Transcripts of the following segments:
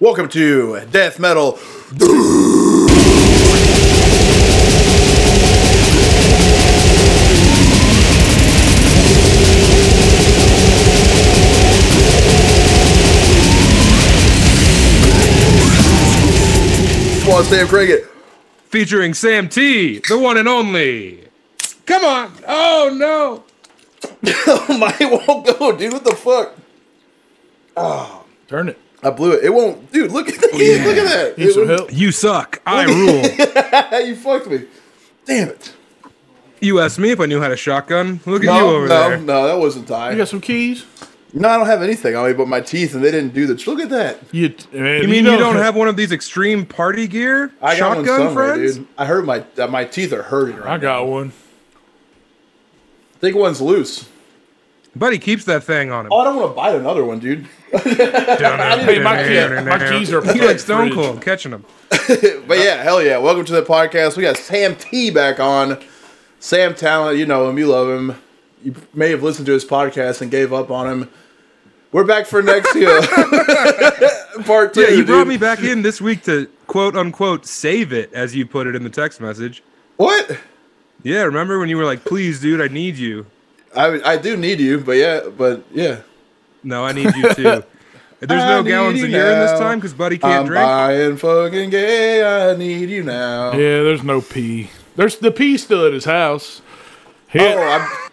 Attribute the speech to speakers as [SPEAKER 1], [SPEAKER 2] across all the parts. [SPEAKER 1] Welcome to Death Metal. Swan Sam Cricket.
[SPEAKER 2] featuring Sam T, the one and only. Come on. Oh no.
[SPEAKER 1] Oh My it won't go, dude. What the fuck?
[SPEAKER 3] Turn it.
[SPEAKER 1] I blew it. It won't, dude. Look at that. Look at that.
[SPEAKER 3] Need
[SPEAKER 1] It
[SPEAKER 3] some
[SPEAKER 1] won't-
[SPEAKER 3] help.
[SPEAKER 2] You suck. I rule.
[SPEAKER 1] you fucked me. Damn it.
[SPEAKER 2] You asked me if I knew how to shotgun. Look at
[SPEAKER 1] No,
[SPEAKER 2] you over
[SPEAKER 1] no,
[SPEAKER 2] there.
[SPEAKER 1] no, that wasn't Ty.
[SPEAKER 3] You got some keys?
[SPEAKER 1] No, I don't have anything on me but my teeth, and they didn't do the. Look at that.
[SPEAKER 3] You, man,
[SPEAKER 2] You mean you don't have one of these extreme party gear
[SPEAKER 1] I got one
[SPEAKER 2] shotgun
[SPEAKER 1] somewhere,
[SPEAKER 2] friends?
[SPEAKER 1] dude. I heard my uh, my teeth are hurting right
[SPEAKER 3] I got one.
[SPEAKER 1] now. I think one's loose.
[SPEAKER 2] Buddy keeps that thing on him.
[SPEAKER 1] Oh, I don't want to bite another one, dude.
[SPEAKER 3] Hey, my, key, my keys are
[SPEAKER 2] He like Stone Cold catching him.
[SPEAKER 1] But yeah, hell yeah. Welcome to the podcast. We got Sam T back on. Sam Talent, you know him, you love him. You may have listened to his podcast and gave up on him. We're back for next year. Part two.
[SPEAKER 2] Yeah, you brought
[SPEAKER 1] dude.
[SPEAKER 2] me back in this week to quote unquote save it, as you put it in the text message.
[SPEAKER 1] What?
[SPEAKER 2] Yeah, remember when you were like, please, dude, I need you.
[SPEAKER 1] I I do need you, but yeah, but yeah.
[SPEAKER 2] No, I need you too. There's
[SPEAKER 1] I
[SPEAKER 2] no
[SPEAKER 1] need
[SPEAKER 2] gallons
[SPEAKER 1] you
[SPEAKER 2] of urine this
[SPEAKER 1] now.
[SPEAKER 2] time because Buddy can't
[SPEAKER 1] I'm
[SPEAKER 2] drink.
[SPEAKER 1] buying fucking gay. I need you now.
[SPEAKER 3] Yeah, there's no pee. There's the pee still at his house. Hit.
[SPEAKER 1] Oh,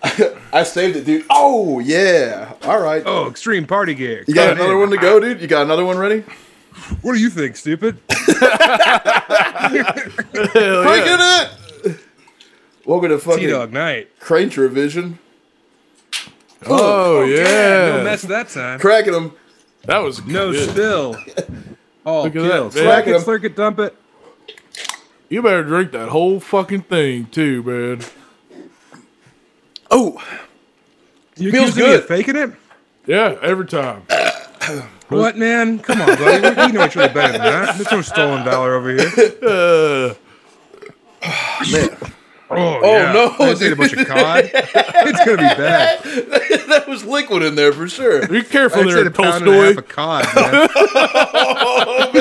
[SPEAKER 1] I'm, I saved it, dude. Oh yeah. All right.
[SPEAKER 2] Oh, extreme party gear.
[SPEAKER 1] you got
[SPEAKER 2] Come
[SPEAKER 1] another
[SPEAKER 2] in.
[SPEAKER 1] one to go, dude. You got another one ready?
[SPEAKER 2] What do you think, stupid?
[SPEAKER 3] Oh,
[SPEAKER 1] Breaking it. Welcome to
[SPEAKER 2] T
[SPEAKER 1] fucking
[SPEAKER 2] Dog Night.
[SPEAKER 1] Crane Revision.
[SPEAKER 2] No
[SPEAKER 3] oh, yeah.
[SPEAKER 2] mess that time.
[SPEAKER 1] Cracking them.
[SPEAKER 3] That was
[SPEAKER 2] No
[SPEAKER 3] good.
[SPEAKER 2] spill. All
[SPEAKER 3] Look at that,
[SPEAKER 2] kill.
[SPEAKER 3] man.
[SPEAKER 2] Slack it,
[SPEAKER 1] Look at
[SPEAKER 2] slurk it, dump it.
[SPEAKER 3] You better drink that whole fucking thing too, man.
[SPEAKER 1] Oh,
[SPEAKER 2] You
[SPEAKER 1] Feels
[SPEAKER 2] accusing me of
[SPEAKER 1] good.
[SPEAKER 2] faking it?
[SPEAKER 3] Yeah, every time.
[SPEAKER 2] What, man? Come on, buddy. We- We know each other better than that. There's no stolen valor over here.
[SPEAKER 3] Uh,
[SPEAKER 2] Oh, yeah.
[SPEAKER 1] no,
[SPEAKER 2] I just ate a
[SPEAKER 1] dude.
[SPEAKER 2] bunch of cod. It's going to be bad.
[SPEAKER 1] that was liquid in there for sure.
[SPEAKER 3] be
[SPEAKER 2] I
[SPEAKER 3] careful
[SPEAKER 2] just ate
[SPEAKER 3] there,
[SPEAKER 2] a pound and a half
[SPEAKER 3] Tolstoy.
[SPEAKER 2] of cod, man.
[SPEAKER 1] Oh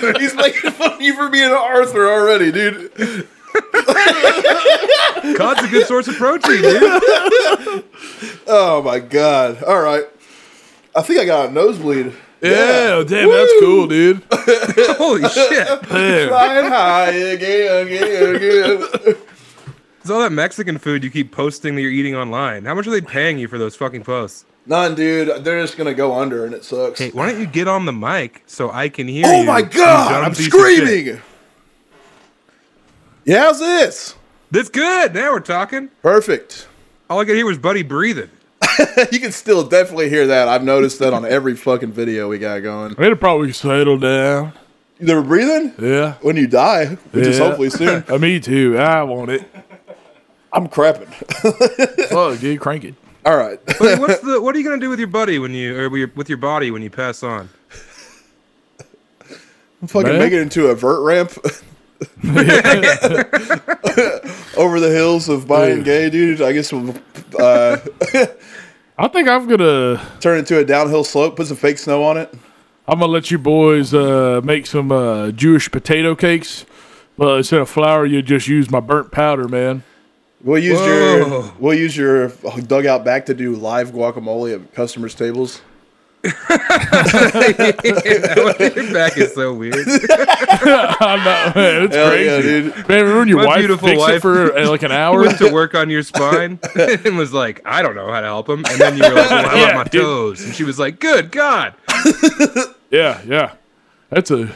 [SPEAKER 1] man, he's making fun of you for being an Arthur already, dude.
[SPEAKER 2] Cod's a good source of protein, dude.
[SPEAKER 1] Oh my god. All right. I think I got a nosebleed.
[SPEAKER 3] Yeah, damn, that's
[SPEAKER 1] Woo!
[SPEAKER 3] cool, dude.
[SPEAKER 2] Holy shit.
[SPEAKER 3] Damn.
[SPEAKER 1] Flying high again, again, again.
[SPEAKER 2] It's all that Mexican food you keep posting that you're eating online. How much are they paying you for those fucking posts?
[SPEAKER 1] None, dude. They're just gonna go under, and it sucks.
[SPEAKER 2] Hey, why don't you get on the mic so I can hear you?
[SPEAKER 1] Oh my
[SPEAKER 2] you dumb
[SPEAKER 1] god, I'm
[SPEAKER 2] piece of shit.
[SPEAKER 1] screaming. Yeah, how's this?
[SPEAKER 2] That's good. Now we're talking.
[SPEAKER 1] Perfect.
[SPEAKER 2] All I could hear was Buddy breathing.
[SPEAKER 1] You can still definitely hear that. I've noticed that on every fucking video we got going.
[SPEAKER 3] It'll probably settle down.
[SPEAKER 1] They're breathing
[SPEAKER 3] Yeah.
[SPEAKER 1] when you die, which is
[SPEAKER 3] Yeah.
[SPEAKER 1] hopefully soon.
[SPEAKER 3] Uh, me too. I want it.
[SPEAKER 1] I'm crapping.
[SPEAKER 3] Fuck, dude, crank it.
[SPEAKER 1] All right.
[SPEAKER 2] Buddy, what's the? What are you gonna do with your buddy when you or with your- with your body when you pass on?
[SPEAKER 1] fucking
[SPEAKER 3] Man.
[SPEAKER 1] make it into a vert ramp over the hills of buying
[SPEAKER 3] Dude.
[SPEAKER 1] gay, dude. I guess we'll uh,
[SPEAKER 3] I think I'm gonna
[SPEAKER 1] turn it into a downhill slope, put some fake snow on it.
[SPEAKER 3] I'm gonna let you boys uh, make some uh, Jewish potato cakes. But instead of flour, you just use my burnt powder, man.
[SPEAKER 1] We'll use
[SPEAKER 2] Whoa.
[SPEAKER 1] your we'll use your dugout back to do live guacamole at customers' tables.
[SPEAKER 2] your back is so weird.
[SPEAKER 3] I know, man. It's
[SPEAKER 1] Hell
[SPEAKER 3] crazy.
[SPEAKER 1] yeah, dude.
[SPEAKER 3] Man, remember when your
[SPEAKER 2] My
[SPEAKER 3] wife
[SPEAKER 2] beautiful
[SPEAKER 3] fixed
[SPEAKER 2] wife.
[SPEAKER 3] it for uh, like an hour?
[SPEAKER 2] Went to work on your spine and was like, I don't know how to help him. And then you were like, well, I'm on
[SPEAKER 3] Yeah,
[SPEAKER 2] my
[SPEAKER 3] dude.
[SPEAKER 2] toes. And she was like, Good God.
[SPEAKER 3] yeah, yeah. That's a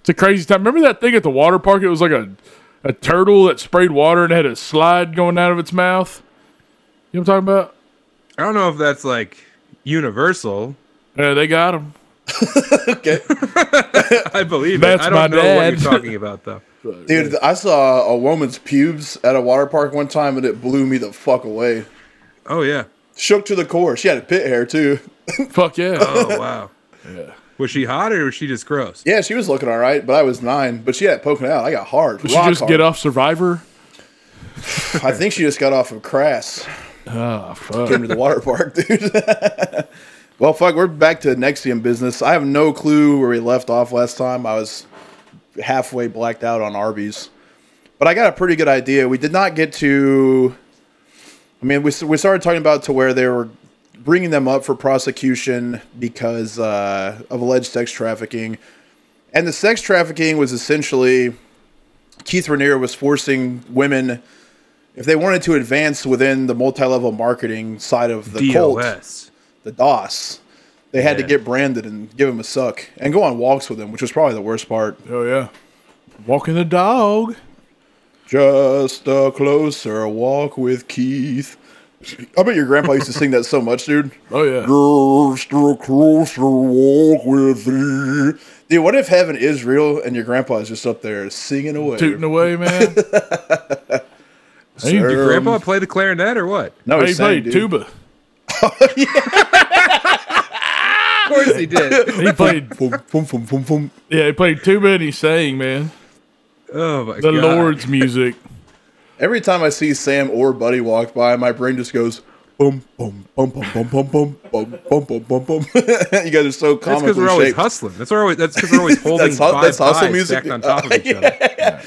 [SPEAKER 3] it's a crazy time. Remember that thing at the water park? It was like a a turtle that sprayed water and had a slide going out of its mouth. You know what I'm talking about?
[SPEAKER 2] I don't know if that's like universal.
[SPEAKER 3] Yeah, they got him.
[SPEAKER 2] I believe
[SPEAKER 3] That's
[SPEAKER 2] it. I
[SPEAKER 3] my
[SPEAKER 2] don't know what
[SPEAKER 3] dad.
[SPEAKER 2] you're talking about though.
[SPEAKER 1] Dude, I saw a woman's pubes at a water park one time, and it blew me the fuck away.
[SPEAKER 2] Oh yeah.
[SPEAKER 1] Shook to the core. She had a pit hair too.
[SPEAKER 3] Fuck yeah.
[SPEAKER 2] Oh wow. Was she hot or was she just gross?
[SPEAKER 1] Yeah, she was looking all right, but I was nine. But she had it poking out. I got hard.
[SPEAKER 3] Did she
[SPEAKER 1] rock
[SPEAKER 3] just
[SPEAKER 1] hard.
[SPEAKER 3] get off Survivor?
[SPEAKER 1] I think she just got off of crass.
[SPEAKER 3] Oh fuck.
[SPEAKER 1] Came to the water park, dude. Well, fuck, we're back to Nexium business. I have no clue where we left off last time. I was halfway blacked out on Arby's. But I got a pretty good idea. We did not get to. I mean, we, s- we started talking about to where they were bringing them up for prosecution because uh, of alleged sex trafficking. And the sex trafficking was essentially Keith Raniere was forcing women, if they wanted to advance within the multi level marketing side of the cult
[SPEAKER 2] DOS.
[SPEAKER 1] the DOS. They had
[SPEAKER 2] Yeah.
[SPEAKER 1] to get branded and give him a suck and go on walks with him, which was probably the worst part.
[SPEAKER 3] Oh yeah, walking the dog.
[SPEAKER 1] Just a closer walk with Keith. I bet your grandpa used to sing that so much, dude.
[SPEAKER 3] Oh yeah.
[SPEAKER 1] Just a closer walk with thee. Dude, what if heaven is real and your grandpa is just up there singing away?
[SPEAKER 3] tooting away, man. Hey,
[SPEAKER 1] Sir.
[SPEAKER 2] Did Grandpa play the clarinet or what?
[SPEAKER 1] No,
[SPEAKER 3] he
[SPEAKER 1] he sang,
[SPEAKER 3] played
[SPEAKER 1] dude.
[SPEAKER 3] tuba.
[SPEAKER 2] Of course he did.
[SPEAKER 3] He played.
[SPEAKER 1] Fum, fum, fum, fum, fum.
[SPEAKER 3] Yeah, he played tuba and he sang, man.
[SPEAKER 2] Oh my
[SPEAKER 3] The
[SPEAKER 2] god.
[SPEAKER 3] Lord's music.
[SPEAKER 1] Every time I see Sam or Buddy walk by, my brain just goes bum bum bum bum bum bum bum bum bum bum bum bum. You guys are so
[SPEAKER 2] That's because
[SPEAKER 1] comically
[SPEAKER 2] we're always
[SPEAKER 1] shaped.
[SPEAKER 2] hustling. That's we're always that's because we're always holding
[SPEAKER 1] hu-
[SPEAKER 2] five
[SPEAKER 1] that's hustle
[SPEAKER 2] pies
[SPEAKER 1] music.
[SPEAKER 2] stacked on top of each other.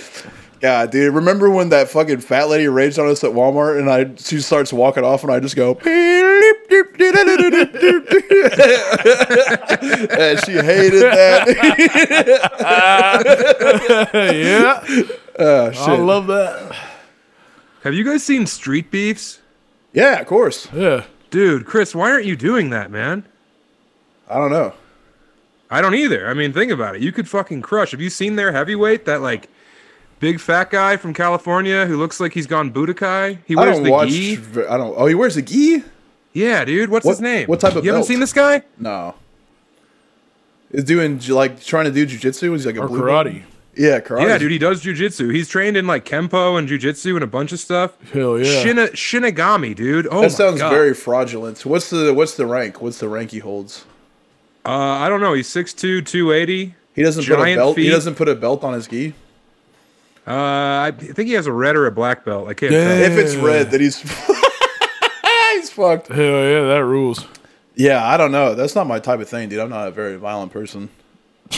[SPEAKER 1] God, dude, remember when that fucking fat lady raged on us at Walmart and I she starts walking off and I just go and she hated that.
[SPEAKER 3] Hey, yeah,
[SPEAKER 1] oh,
[SPEAKER 3] I
[SPEAKER 1] shit.
[SPEAKER 3] love that.
[SPEAKER 2] Have you guys seen Street Beefs?
[SPEAKER 1] yeah, of course.
[SPEAKER 3] Yeah,
[SPEAKER 2] Dude, Chris, why aren't you doing that, man?
[SPEAKER 1] I don't know.
[SPEAKER 2] I don't either. I mean, think about it. You could fucking crush. Have you seen their heavyweight? That like big fat guy from California who looks like he's gone Budokai. He
[SPEAKER 1] I
[SPEAKER 2] wears
[SPEAKER 1] don't
[SPEAKER 2] the
[SPEAKER 1] watch
[SPEAKER 2] gi.
[SPEAKER 1] v- I don't Oh, he wears a gi?
[SPEAKER 2] Yeah, dude. What's
[SPEAKER 1] What-
[SPEAKER 2] his name?
[SPEAKER 1] what type of
[SPEAKER 2] You haven't
[SPEAKER 1] belt?
[SPEAKER 2] seen this guy?
[SPEAKER 1] No. Is doing ju- like trying to do jujitsu? He's like a
[SPEAKER 3] or
[SPEAKER 1] blue belt?
[SPEAKER 3] karate.
[SPEAKER 1] Yeah, karate.
[SPEAKER 2] Yeah, dude. He does jujitsu. He's trained in like kempo and jujitsu and a bunch of stuff.
[SPEAKER 3] Hell yeah.
[SPEAKER 2] Shina, Shinigami, dude. Oh,
[SPEAKER 1] That sounds
[SPEAKER 2] God.
[SPEAKER 1] very fraudulent. What's the what's the rank? What's the rank he holds?
[SPEAKER 2] Uh, I don't know. He's 6'2", 280.
[SPEAKER 1] He doesn't put a
[SPEAKER 2] Giant
[SPEAKER 1] belt. He
[SPEAKER 2] feet.
[SPEAKER 1] doesn't put a belt on his gi.
[SPEAKER 2] Uh, I think he has a red or a black belt. I can't
[SPEAKER 3] Yeah.
[SPEAKER 2] tell.
[SPEAKER 1] If it's red, then he's he's fucked.
[SPEAKER 3] Hell yeah, that rules.
[SPEAKER 1] Yeah, I don't know. That's not my type of thing, dude. I'm not a very violent person.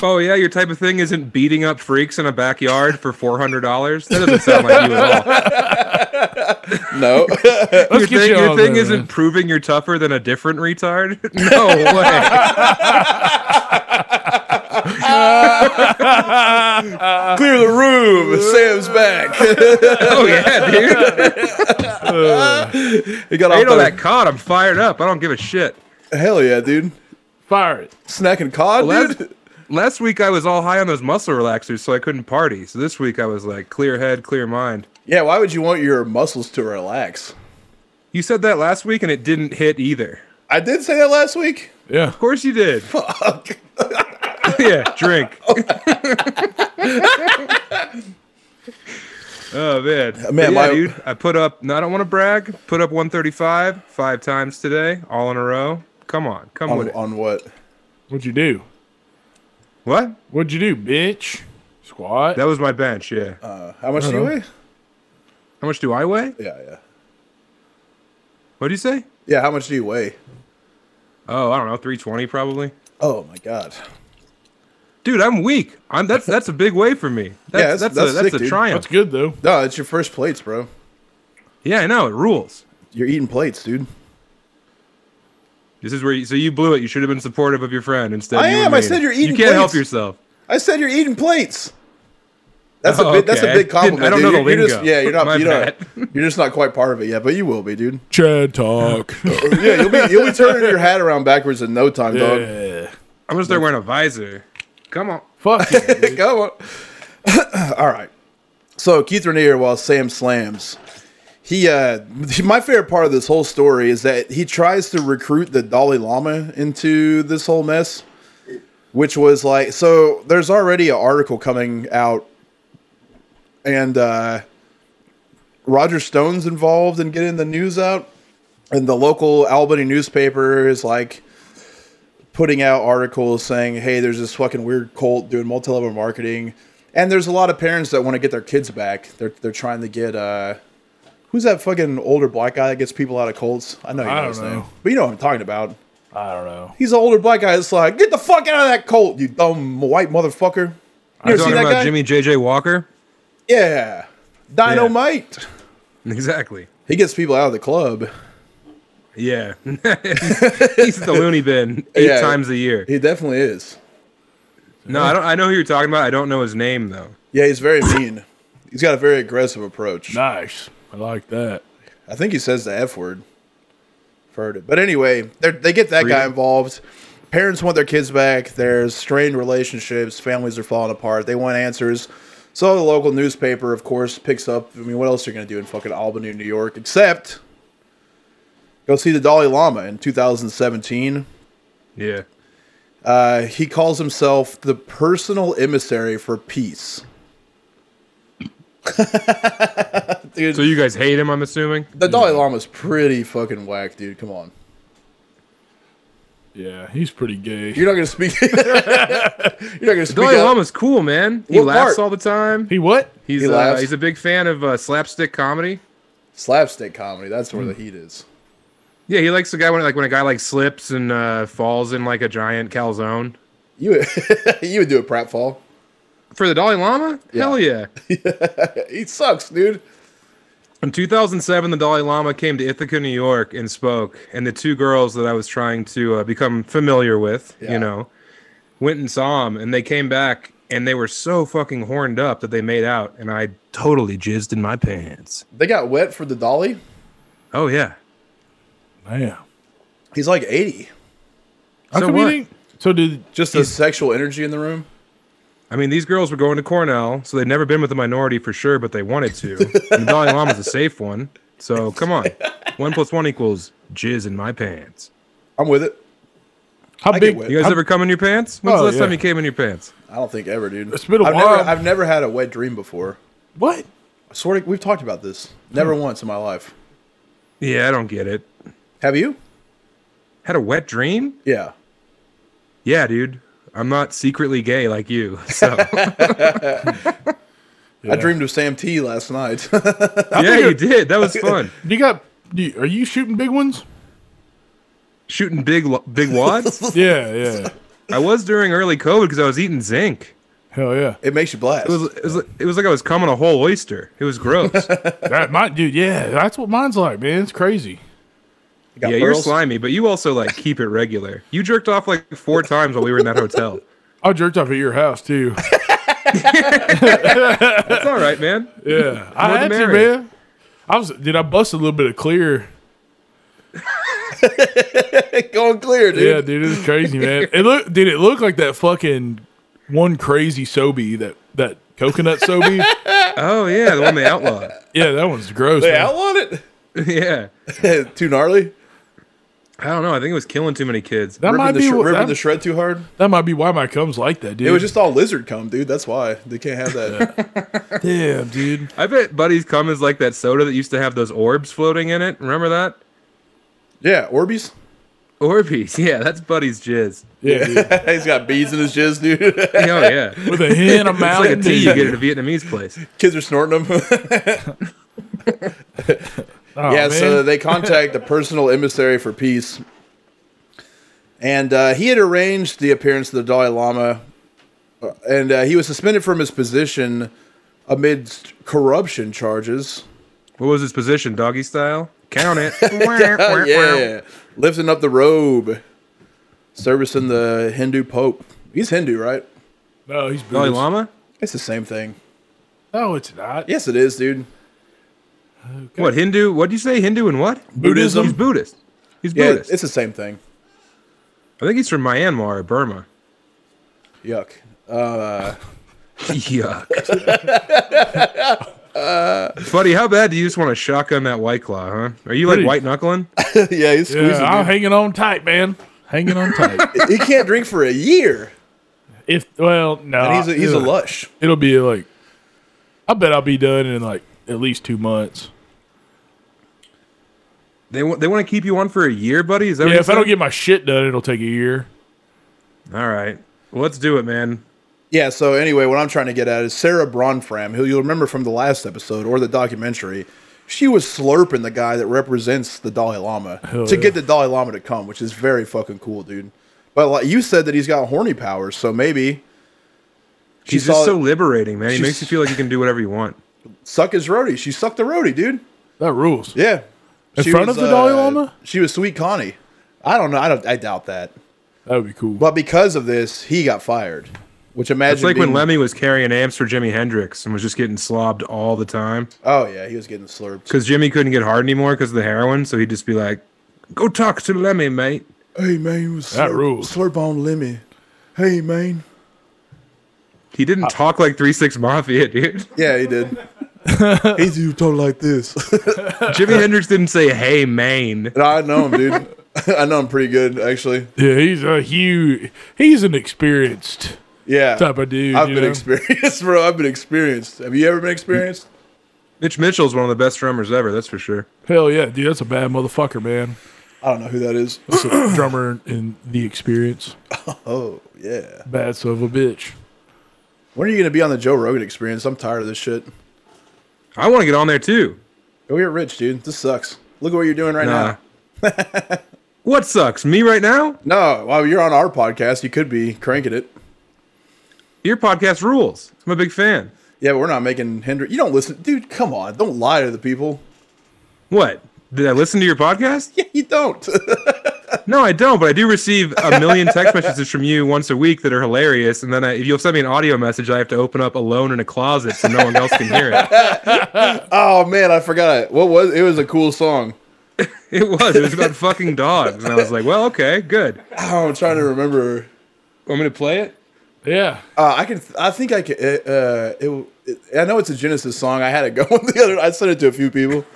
[SPEAKER 2] Oh yeah, your type of thing isn't beating up freaks in a backyard for four hundred dollars. That doesn't sound like you at all.
[SPEAKER 1] No,
[SPEAKER 3] Let's
[SPEAKER 2] Your thing,
[SPEAKER 3] get you
[SPEAKER 2] your
[SPEAKER 3] on
[SPEAKER 2] thing
[SPEAKER 3] there,
[SPEAKER 2] isn't
[SPEAKER 3] man.
[SPEAKER 2] proving you're tougher than a different retard. No way.
[SPEAKER 1] clear the room. Sam's back.
[SPEAKER 2] oh yeah, dude.
[SPEAKER 1] he got
[SPEAKER 2] I
[SPEAKER 1] off
[SPEAKER 2] know
[SPEAKER 1] the,
[SPEAKER 2] that cod. I'm fired up. I don't give a shit.
[SPEAKER 1] hell yeah, dude.
[SPEAKER 3] Fire it.
[SPEAKER 1] Snacking cod,
[SPEAKER 2] Well,
[SPEAKER 1] dude.
[SPEAKER 2] that's- Last week I was all high on those muscle relaxers, so I couldn't party. So this week I was like clear head, clear mind.
[SPEAKER 1] Yeah, why would you want your muscles to relax?
[SPEAKER 2] You said that last week and it didn't hit either.
[SPEAKER 1] I did say that last week.
[SPEAKER 3] Yeah.
[SPEAKER 2] Of course you did. yeah, drink. oh man,
[SPEAKER 1] man,
[SPEAKER 2] But yeah,
[SPEAKER 1] my-
[SPEAKER 2] dude, I put up. No, I don't want to brag. Put up 135 five times today, all in a row. Come on, come
[SPEAKER 1] On,
[SPEAKER 2] with it.
[SPEAKER 1] on what?
[SPEAKER 3] What'd you do?
[SPEAKER 2] What?
[SPEAKER 3] What'd you do, bitch? Squat.
[SPEAKER 2] That was my bench. Yeah.
[SPEAKER 1] Uh, how much do you
[SPEAKER 3] know.
[SPEAKER 1] weigh?
[SPEAKER 2] How much do I weigh?
[SPEAKER 1] Yeah, yeah,
[SPEAKER 2] What do you say?
[SPEAKER 1] yeah. How much do you weigh?
[SPEAKER 2] Oh, I don't know, 320 probably.
[SPEAKER 1] Oh my god.
[SPEAKER 2] Dude, I'm weak. I'm that's that's a big way for me.
[SPEAKER 1] Yeah,
[SPEAKER 2] That's
[SPEAKER 1] that's-
[SPEAKER 2] that's,
[SPEAKER 1] that's
[SPEAKER 2] a that's
[SPEAKER 1] sick,
[SPEAKER 2] a
[SPEAKER 1] dude.
[SPEAKER 2] triumph.
[SPEAKER 3] That's good though.
[SPEAKER 1] No, it's your first plates, bro.
[SPEAKER 2] Yeah, I know it rules.
[SPEAKER 1] You're eating plates, dude.
[SPEAKER 2] This is where you, so you blew it. You should have been supportive of your friend instead.
[SPEAKER 1] I
[SPEAKER 2] you
[SPEAKER 1] am. I
[SPEAKER 2] remained.
[SPEAKER 1] said you're
[SPEAKER 2] You
[SPEAKER 1] eating
[SPEAKER 2] can't help
[SPEAKER 1] plates.
[SPEAKER 2] yourself.
[SPEAKER 1] I said you're eating plates. That's a
[SPEAKER 2] Oh,
[SPEAKER 1] big, that's a
[SPEAKER 2] okay.
[SPEAKER 1] big compliment.
[SPEAKER 2] I didn't- I don't
[SPEAKER 1] dude.
[SPEAKER 2] know the
[SPEAKER 1] You're- you're just-
[SPEAKER 2] lingo.
[SPEAKER 1] yeah, you're
[SPEAKER 2] My
[SPEAKER 1] not, you're
[SPEAKER 2] bad.
[SPEAKER 1] not you're just not quite part of it yet, but you will be, dude.
[SPEAKER 3] Chad talk.
[SPEAKER 1] Yeah, you'll be you'll be turning your hat around backwards in no time, dog.
[SPEAKER 3] yeah.
[SPEAKER 2] I'm gonna start wearing a visor. Come on.
[SPEAKER 3] Fuck yeah, dude.
[SPEAKER 1] Go on. All right. So Keith Raniere, while Sam slams, he uh my favorite part of this whole story is that he tries to recruit the Dalai Lama into this whole mess, which was like so there's already an article coming out and uh Roger Stone's involved in getting the news out and the local Albany newspaper is like putting out articles saying, "Hey, there's this fucking weird cult doing multi-level marketing," and there's a lot of parents that want to get their kids back. They're they're trying to get uh, who's that fucking older black guy that gets people out of cults? I know you know
[SPEAKER 3] I don't
[SPEAKER 1] his
[SPEAKER 3] know.
[SPEAKER 1] name, but you know what I'm talking about.
[SPEAKER 3] I don't know.
[SPEAKER 1] He's an older black guy. It's like, get the fuck out of that Colt, you dumb white motherfucker. You
[SPEAKER 2] You're
[SPEAKER 1] ever seen
[SPEAKER 2] talking
[SPEAKER 1] that
[SPEAKER 2] about
[SPEAKER 1] guy?
[SPEAKER 2] Jimmy J.J. Walker?
[SPEAKER 1] Yeah. Dynamite.
[SPEAKER 2] Exactly.
[SPEAKER 1] He gets people out of the club.
[SPEAKER 2] Yeah. He's at the loony bin eight
[SPEAKER 1] Yeah.
[SPEAKER 2] times a year.
[SPEAKER 1] He definitely is.
[SPEAKER 2] No, I don't I know who you're talking about. I don't know his name though.
[SPEAKER 1] Yeah, he's very mean. He's got a very aggressive approach.
[SPEAKER 3] Nice. I like that.
[SPEAKER 1] I think he says the F word. I've Heard it. But anyway, they're- they get that guy
[SPEAKER 2] Freedom.
[SPEAKER 1] involved. Parents want their kids back. There's strained relationships. Families are falling apart. They want answers. So the local newspaper, of course, picks up. I mean, what else are you going to do in fucking Albany, New York? Except go see the Dalai Lama in 2017.
[SPEAKER 2] Yeah.
[SPEAKER 1] Uh, he calls himself the personal emissary for peace. Dude,
[SPEAKER 2] So you guys hate him, I'm assuming?
[SPEAKER 1] the Dalai Lama's pretty fucking whack, dude. Come on.
[SPEAKER 3] Yeah, he's pretty gay.
[SPEAKER 1] You're not gonna speak. You're not gonna speak.
[SPEAKER 2] Dalai
[SPEAKER 1] out-
[SPEAKER 2] Lama's cool, man. He
[SPEAKER 1] What
[SPEAKER 2] laughs
[SPEAKER 1] part?
[SPEAKER 2] all the time.
[SPEAKER 3] he what?
[SPEAKER 2] He's
[SPEAKER 1] He
[SPEAKER 2] uh,
[SPEAKER 1] laughs?
[SPEAKER 2] he's a big fan of uh, slapstick comedy.
[SPEAKER 1] Slapstick comedy. That's where the
[SPEAKER 3] Hmm.
[SPEAKER 1] heat is.
[SPEAKER 2] Yeah, he likes the guy when like when a guy like slips and uh, falls in like a giant calzone.
[SPEAKER 1] You would, you would do a prat fall.
[SPEAKER 2] For the Dalai Lama? Hell yeah.
[SPEAKER 1] He sucks, dude.
[SPEAKER 2] In 2007, the Dalai Lama came to Ithaca, New York, and spoke. And the two girls that I was trying to uh, become familiar with,
[SPEAKER 1] Yeah.
[SPEAKER 2] you know, went and saw him. And they came back and they were so fucking horned up that they made out. And I totally jizzed in my pants.
[SPEAKER 1] They got wet for the dolly.
[SPEAKER 2] Oh, yeah.
[SPEAKER 3] Man.
[SPEAKER 1] He's like 80.
[SPEAKER 3] How
[SPEAKER 2] So
[SPEAKER 3] come you
[SPEAKER 2] what?
[SPEAKER 3] think- so did
[SPEAKER 1] Just the sexual energy in the room.
[SPEAKER 2] I mean, these girls were going to Cornell, so they'd never been with a minority for sure, but they wanted to. and the Dalai Lama's a safe one. So come on. One plus one equals jizz in my pants.
[SPEAKER 1] I'm with it.
[SPEAKER 3] how
[SPEAKER 1] I get
[SPEAKER 3] big?
[SPEAKER 1] wet.
[SPEAKER 2] You guys
[SPEAKER 3] how-
[SPEAKER 2] ever come in your pants? When's
[SPEAKER 3] Oh,
[SPEAKER 2] the last
[SPEAKER 3] yeah.
[SPEAKER 2] time you came in your pants?
[SPEAKER 1] I don't think ever, dude.
[SPEAKER 3] It's been a
[SPEAKER 1] I've
[SPEAKER 3] while.
[SPEAKER 1] Never, I've never had a wet dream before.
[SPEAKER 3] what?
[SPEAKER 1] I swear to, we've talked about this. Never
[SPEAKER 3] Hmm.
[SPEAKER 1] once in my life.
[SPEAKER 2] Yeah, I don't get it.
[SPEAKER 1] Have you?
[SPEAKER 2] Had a wet dream?
[SPEAKER 1] Yeah.
[SPEAKER 2] Yeah, dude. I'm not secretly gay like you. So
[SPEAKER 1] I dreamed of Sam T last night.
[SPEAKER 2] yeah, you did. That was fun.
[SPEAKER 3] You got? do you- are you shooting big ones?
[SPEAKER 2] Shooting big lo- big wads.
[SPEAKER 3] Yeah, yeah.
[SPEAKER 2] I was during early COVID because I was eating zinc.
[SPEAKER 3] Hell yeah.
[SPEAKER 1] it makes you blast.
[SPEAKER 2] It was, it was it was like I was coming a whole oyster. It was gross.
[SPEAKER 3] That might, dude. Yeah, that's what mine's like, man. It's crazy.
[SPEAKER 1] You got
[SPEAKER 2] yeah, you're
[SPEAKER 1] pearls?
[SPEAKER 2] slimy, but you also like keep it regular. You jerked off like four times while we were in that hotel.
[SPEAKER 3] I jerked off at your house too.
[SPEAKER 2] That's all right, man.
[SPEAKER 3] Yeah, I
[SPEAKER 2] More the
[SPEAKER 3] had to,
[SPEAKER 2] merrier.
[SPEAKER 3] man. I was, dude. I busted a little bit of clear.
[SPEAKER 1] Going clear, dude.
[SPEAKER 3] Yeah, dude, it was crazy, man. It look, dude, it looked like that fucking one crazy sobe that that coconut sobe.
[SPEAKER 2] Oh yeah, the one they outlawed.
[SPEAKER 3] yeah, that one's gross.
[SPEAKER 1] They
[SPEAKER 3] man.
[SPEAKER 1] outlawed
[SPEAKER 2] yeah,
[SPEAKER 1] it. Too gnarly.
[SPEAKER 2] I don't know. I think it was killing too many kids.
[SPEAKER 3] that
[SPEAKER 1] Ripping,
[SPEAKER 3] might
[SPEAKER 1] the,
[SPEAKER 3] be
[SPEAKER 1] shred-
[SPEAKER 3] what,
[SPEAKER 1] ripping
[SPEAKER 3] that,
[SPEAKER 1] the shred too hard.
[SPEAKER 3] that might be why my cum's like that, dude.
[SPEAKER 1] It was just all lizard cum, dude. That's why they can't have that.
[SPEAKER 3] damn, dude.
[SPEAKER 2] I bet Buddy's cum is like that soda that used to have those orbs floating in it. Remember that?
[SPEAKER 1] yeah, Orbeez.
[SPEAKER 2] Orbeez, yeah, that's Buddy's jizz.
[SPEAKER 3] Yeah, dude.
[SPEAKER 1] He's got bees in his jizz, dude.
[SPEAKER 2] Oh yeah, it's
[SPEAKER 3] with a hen, a
[SPEAKER 2] like a
[SPEAKER 3] mountain,
[SPEAKER 2] tea you
[SPEAKER 3] dude.
[SPEAKER 2] get at a Vietnamese place.
[SPEAKER 1] Kids are snorting them.
[SPEAKER 3] Aw,
[SPEAKER 1] yeah, so
[SPEAKER 3] Oh, man.
[SPEAKER 1] they contact the personal emissary for peace. And uh, he had arranged the appearance of the Dalai Lama, uh, and uh, he was suspended from his position amidst corruption charges.
[SPEAKER 2] What was his position? Doggy style. Count it.
[SPEAKER 1] Oh, yeah. Lifting up the robe, servicing the Hindu Pope. He's Hindu, right?
[SPEAKER 3] no, he's
[SPEAKER 2] Dalai
[SPEAKER 3] Buddhist.
[SPEAKER 2] Lama.
[SPEAKER 1] It's the same thing.
[SPEAKER 3] No, it's not.
[SPEAKER 1] Yes, it is, dude.
[SPEAKER 2] What Hindu? What do you say? Hindu and what?
[SPEAKER 1] Buddhism.
[SPEAKER 2] He's Buddhist. He's
[SPEAKER 1] Yeah,
[SPEAKER 2] Buddhist.
[SPEAKER 1] it's the same thing.
[SPEAKER 2] I think he's from Myanmar or Burma.
[SPEAKER 1] Yuck.
[SPEAKER 2] Yuck. Buddy, how bad do you just want to shotgun that white claw, huh? Are you like
[SPEAKER 3] Pretty-
[SPEAKER 2] white knuckling?
[SPEAKER 1] yeah, he's
[SPEAKER 3] Yeah,
[SPEAKER 1] squeezing.
[SPEAKER 3] I'm
[SPEAKER 1] dude.
[SPEAKER 3] hanging on tight, man. Hanging on tight.
[SPEAKER 1] he can't drink for a year,
[SPEAKER 3] if well, no,
[SPEAKER 1] and he's a, he's a
[SPEAKER 3] it'll-
[SPEAKER 1] lush.
[SPEAKER 3] It'll be like, I bet I'll be done in like at least two months.
[SPEAKER 2] They want they want to keep you on for a year, buddy. Is that what
[SPEAKER 3] Yeah,
[SPEAKER 2] you
[SPEAKER 3] if I don't
[SPEAKER 2] said?
[SPEAKER 3] get my shit done, it'll take a year.
[SPEAKER 2] All right, well, let's do it, man.
[SPEAKER 1] Yeah. So anyway, what I'm trying to get at is Sarah Bronfram, who you'll remember from the last episode or the documentary. She was slurping the guy that represents the Dalai Lama to
[SPEAKER 3] yeah.
[SPEAKER 1] get the Dalai Lama to come, which is very fucking cool, dude. But like you said that he's got horny powers, so maybe she
[SPEAKER 2] He's just
[SPEAKER 1] saw
[SPEAKER 2] so liberating, man. He
[SPEAKER 1] she's-
[SPEAKER 2] makes you feel like you can do whatever you want.
[SPEAKER 1] suck his roadie. She sucked the roadie, dude.
[SPEAKER 3] That rules.
[SPEAKER 1] Yeah. uh,
[SPEAKER 3] In front of the Dalai Lama?
[SPEAKER 1] She was sweet Connie. I don't know. I don't. I doubt that.
[SPEAKER 3] That would be cool.
[SPEAKER 1] But because of this, he got fired. Which imagine
[SPEAKER 2] It's like when
[SPEAKER 1] being-
[SPEAKER 2] Lemmy was carrying amps for Jimi Hendrix and was just getting slobbed all the time
[SPEAKER 1] Oh yeah, he was getting slurped.
[SPEAKER 2] because Jimmy couldn't get hard anymore because of the heroin. So he'd just be like, "Go talk to Lemmy, mate."
[SPEAKER 1] Hey man, you was
[SPEAKER 3] That rules.
[SPEAKER 1] slurp on Lemmy. Hey man.
[SPEAKER 2] He didn't
[SPEAKER 3] Uh,
[SPEAKER 2] talk like Three Six Mafia, dude.
[SPEAKER 1] Yeah, he did. He's you talk like this.
[SPEAKER 2] Jimi Hendrix didn't say, "Hey, Maine."
[SPEAKER 1] No, I know him, dude. I know him pretty good, actually.
[SPEAKER 3] yeah, he's a huge. He's an experienced
[SPEAKER 1] Yeah.
[SPEAKER 3] type of dude.
[SPEAKER 1] I've
[SPEAKER 3] you
[SPEAKER 1] been
[SPEAKER 3] know?
[SPEAKER 1] experienced, bro. I've been experienced. Have you ever been experienced?
[SPEAKER 2] Mitch Mitchell's one of the best drummers ever. That's for sure.
[SPEAKER 3] Hell yeah, dude. That's a bad motherfucker, man.
[SPEAKER 1] I don't know who that is.
[SPEAKER 3] That's a drummer in the experience.
[SPEAKER 1] Oh, yeah.
[SPEAKER 3] Bad son of a bitch.
[SPEAKER 1] When are you going to be on the Joe Rogan experience? I'm tired of this shit.
[SPEAKER 2] I want to get on there too.
[SPEAKER 1] Go get rich, dude. This sucks. Look at what you're doing right
[SPEAKER 2] Nah. what sucks? Me right now?
[SPEAKER 1] now. No, while you're on our podcast, you could be cranking it.
[SPEAKER 2] Your podcast rules. I'm a big fan.
[SPEAKER 1] Yeah, but we're not making Hendrix. You don't listen. Dude, come on. Don't lie to the people.
[SPEAKER 2] What? Did I listen to your podcast?
[SPEAKER 1] Yeah, you don't.
[SPEAKER 2] No, I don't, but I do receive a million text messages from you once a week that are hilarious. And then I, if you'll send me an audio message, I have to open up alone in a closet so no one else can hear it.
[SPEAKER 1] oh, man. I forgot. What was It was a cool song.
[SPEAKER 2] It was. It was about fucking dogs. And I was like, well, okay, good.
[SPEAKER 1] Oh, I'm trying to remember.
[SPEAKER 2] Want me to play it?
[SPEAKER 3] Yeah.
[SPEAKER 1] Uh, I can. I think I can. Uh, it, it, I know it's a Genesis song. I had it going the other. I sent it to a few people.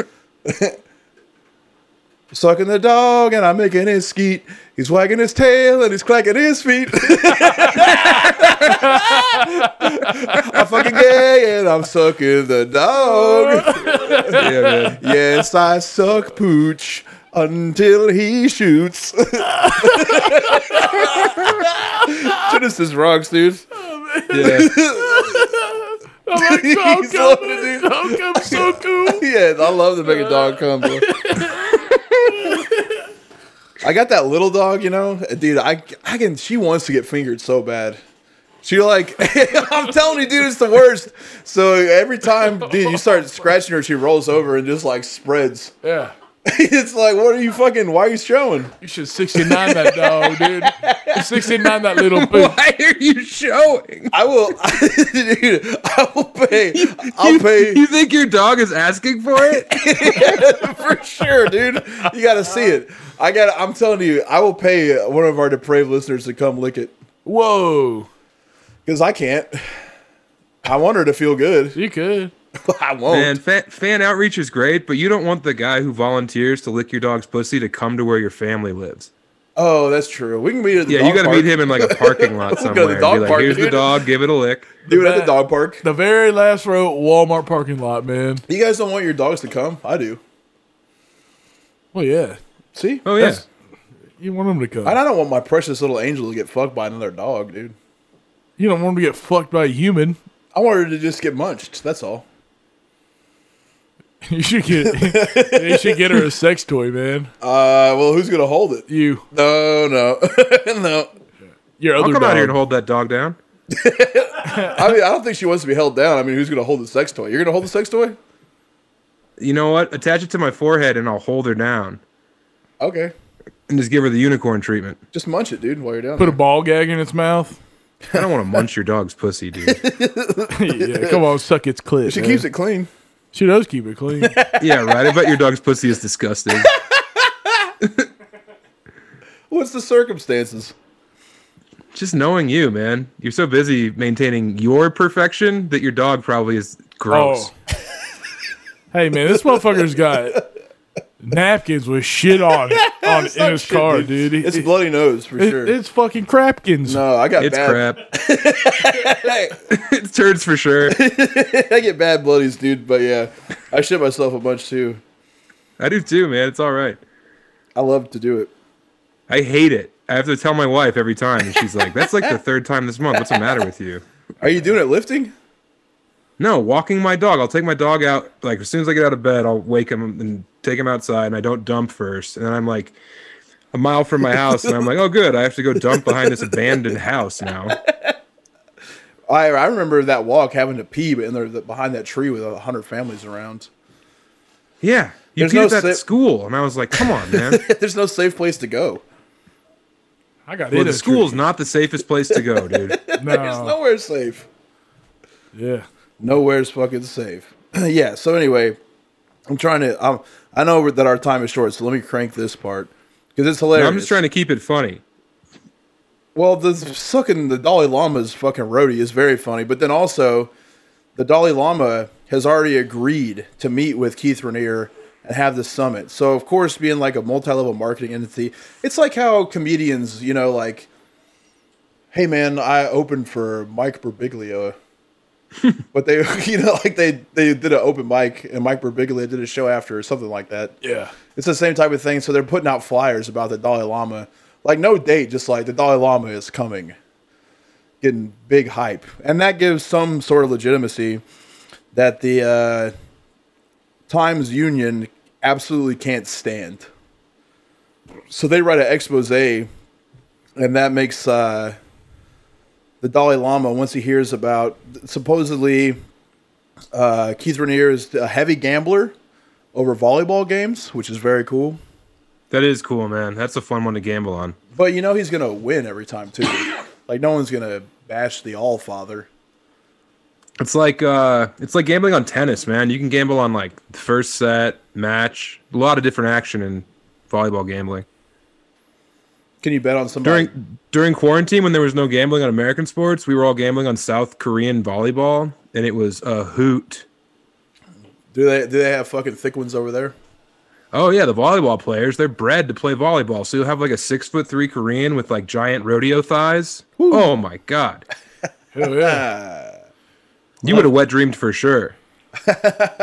[SPEAKER 1] Sucking the dog and I'm making his skeet. He's wagging his tail and he's clacking his feet. I'm fucking gay and I'm sucking the dog.
[SPEAKER 2] Yeah, man.
[SPEAKER 1] Yes, I suck pooch until he shoots. Genesis rocks, dude.
[SPEAKER 2] Yeah.
[SPEAKER 3] I'm like,
[SPEAKER 1] He's
[SPEAKER 3] "Dog
[SPEAKER 1] loving
[SPEAKER 3] cum,
[SPEAKER 1] it,
[SPEAKER 3] dog cum, so cool.
[SPEAKER 1] yeah, I love to make a dog come. bro. I got that little dog, you know, dude. I I can. She wants to get fingered so bad. She like, I'm telling you, dude, it's the worst. So every time, dude, you start scratching her, she rolls over and just like spreads.
[SPEAKER 3] Yeah.
[SPEAKER 1] it's like, what are you fucking? Why are you showing?
[SPEAKER 3] You should 69 that dog, dude. 69 that little boot.
[SPEAKER 2] Why are you showing?
[SPEAKER 1] I will, dude. I will pay. I'll
[SPEAKER 2] you,
[SPEAKER 1] pay
[SPEAKER 2] You think your dog is asking for it?
[SPEAKER 1] for sure, dude. You got to see it. I got. I'm telling you, I will pay one of our depraved listeners to come lick it.
[SPEAKER 3] Whoa.
[SPEAKER 1] Because I can't. I want her to feel good.
[SPEAKER 3] You could.
[SPEAKER 1] I won't.
[SPEAKER 2] Man, fan, fan outreach is great, but you don't want the guy who volunteers to lick your dog's pussy to come to where your family lives.
[SPEAKER 1] Oh, that's true. We can meet at the
[SPEAKER 2] Yeah,
[SPEAKER 1] dog
[SPEAKER 2] you got to
[SPEAKER 1] park.
[SPEAKER 2] meet him in like a parking lot
[SPEAKER 1] We'll
[SPEAKER 2] somewhere.
[SPEAKER 1] go to the
[SPEAKER 2] and
[SPEAKER 1] dog
[SPEAKER 2] be like,
[SPEAKER 1] park,
[SPEAKER 2] Here's the
[SPEAKER 1] dude."
[SPEAKER 2] dog. Give it a lick.
[SPEAKER 1] Dude, at the dog park.
[SPEAKER 3] The very last row at Walmart parking lot, man.
[SPEAKER 1] You guys don't want your dogs to come? I do.
[SPEAKER 3] Well, yeah.
[SPEAKER 1] See?
[SPEAKER 2] Oh yeah,
[SPEAKER 3] That's- You want them to come.
[SPEAKER 1] And I don't want my precious little angel to get fucked by another dog, dude.
[SPEAKER 3] you don't want them to get fucked by a human.
[SPEAKER 1] I want her to just get munched. That's all.
[SPEAKER 3] You should get. you should get her a sex toy, man.
[SPEAKER 1] Uh, well, who's gonna hold it?
[SPEAKER 3] You,
[SPEAKER 1] No, no, no.
[SPEAKER 3] your
[SPEAKER 2] I'll
[SPEAKER 3] other
[SPEAKER 2] come out
[SPEAKER 3] dog.
[SPEAKER 2] here and hold that dog down.
[SPEAKER 1] I mean, I don't think she wants to be held down. I mean, who's gonna hold the sex toy? You're gonna hold the sex toy?
[SPEAKER 2] You know what? Attach it to my forehead and I'll hold her down
[SPEAKER 1] Okay,
[SPEAKER 2] and just give her the unicorn treatment.
[SPEAKER 1] just munch it, dude, while you're down.
[SPEAKER 3] Put a
[SPEAKER 1] there.
[SPEAKER 3] ball gag in its mouth.
[SPEAKER 2] I don't want to munch your dog's pussy, dude.
[SPEAKER 3] yeah, come on, suck its clit.
[SPEAKER 1] she
[SPEAKER 3] man.
[SPEAKER 1] keeps it clean.
[SPEAKER 3] She does keep it clean.
[SPEAKER 2] Yeah, right. I bet your dog's pussy is disgusting.
[SPEAKER 1] What's the circumstances?
[SPEAKER 2] Just knowing you, man, you're so busy maintaining your perfection that your dog probably is gross.
[SPEAKER 3] oh. hey, man, this motherfucker's got napkins with shit on on in his
[SPEAKER 1] Shit,
[SPEAKER 3] car, dude. He-
[SPEAKER 1] It's bloody nose for
[SPEAKER 3] it-
[SPEAKER 1] sure.
[SPEAKER 3] It's fucking crapkins.
[SPEAKER 1] no, I got
[SPEAKER 2] It's
[SPEAKER 1] bad.
[SPEAKER 2] crap. it's turds for sure.
[SPEAKER 1] I get bad bloodies, dude. But yeah, I shit myself a bunch too.
[SPEAKER 2] I do too, man. It's all right.
[SPEAKER 1] I love to do it.
[SPEAKER 2] I hate it. I have to tell my wife every time. And she's like, that's like the third time this month. What's the matter with you?
[SPEAKER 1] Are you doing it lifting?
[SPEAKER 2] No, walking my dog. I'll take my dog out. Like as soon as I get out of bed, I'll wake him and take him outside, and I don't dump first. And then I'm like a mile from my house, and I'm like, oh, good, I have to go dump behind this abandoned house now.
[SPEAKER 1] I I remember that walk having to pee, but in there the, behind that tree with a hundred families around.
[SPEAKER 2] Yeah, you
[SPEAKER 1] There's
[SPEAKER 2] peed
[SPEAKER 1] no
[SPEAKER 2] at that
[SPEAKER 1] si-
[SPEAKER 2] school, and I was like, come on, man.
[SPEAKER 1] There's no safe place to go.
[SPEAKER 3] I got
[SPEAKER 2] well,
[SPEAKER 3] hit
[SPEAKER 2] the
[SPEAKER 3] at
[SPEAKER 2] school's not the safest place to go, dude.
[SPEAKER 3] church.
[SPEAKER 1] There's
[SPEAKER 3] No.
[SPEAKER 1] nowhere safe.
[SPEAKER 3] Yeah.
[SPEAKER 1] Nowhere's fucking safe. yeah. So anyway, I'm trying to. i I know that our time is short, so let me crank this part because it's hilarious.
[SPEAKER 2] I'm just trying to keep it funny.
[SPEAKER 1] Well, the sucking the Dalai Lama's fucking roadie is very funny, but then also the Dalai Lama has already agreed to meet with Keith Raniere and have this summit. So, of course, being like a multi-level marketing entity, it's like how comedians, you know, like, hey man, I opened for Mike Birbiglia, but they, you know, like they they did an open mic and Mike Birbiglia did a show after or something like that.
[SPEAKER 3] Yeah.
[SPEAKER 1] It's the same type of thing. So they're putting out flyers about the Dalai Lama, like no date, just like the Dalai Lama is coming, getting big hype, and that gives some sort of legitimacy that the uh, Times Union absolutely can't stand. So they write an expose, and that makes uh, the Dalai Lama once he hears about supposedly uh, Keith Raniere is a heavy gambler over volleyball games, which is very cool.
[SPEAKER 2] That is cool, man. That's a fun one to gamble on.
[SPEAKER 1] But you know he's gonna win every time too. like no one's gonna bash the All Father.
[SPEAKER 2] It's like uh, it's like gambling on tennis, man. You can gamble on like the first set, match, a lot of different action in volleyball gambling.
[SPEAKER 1] Can you bet on somebody?
[SPEAKER 2] During during quarantine, when there was no gambling on American sports, we were all gambling on South Korean volleyball, and it was a hoot.
[SPEAKER 1] do they do they have fucking thick ones over there?
[SPEAKER 2] Oh yeah, the volleyball players, they're bred to play volleyball. So you'll have like a six foot three Korean with like giant rodeo thighs. Oh my god.
[SPEAKER 3] Hell yeah.
[SPEAKER 2] You would have wet dreamed for sure.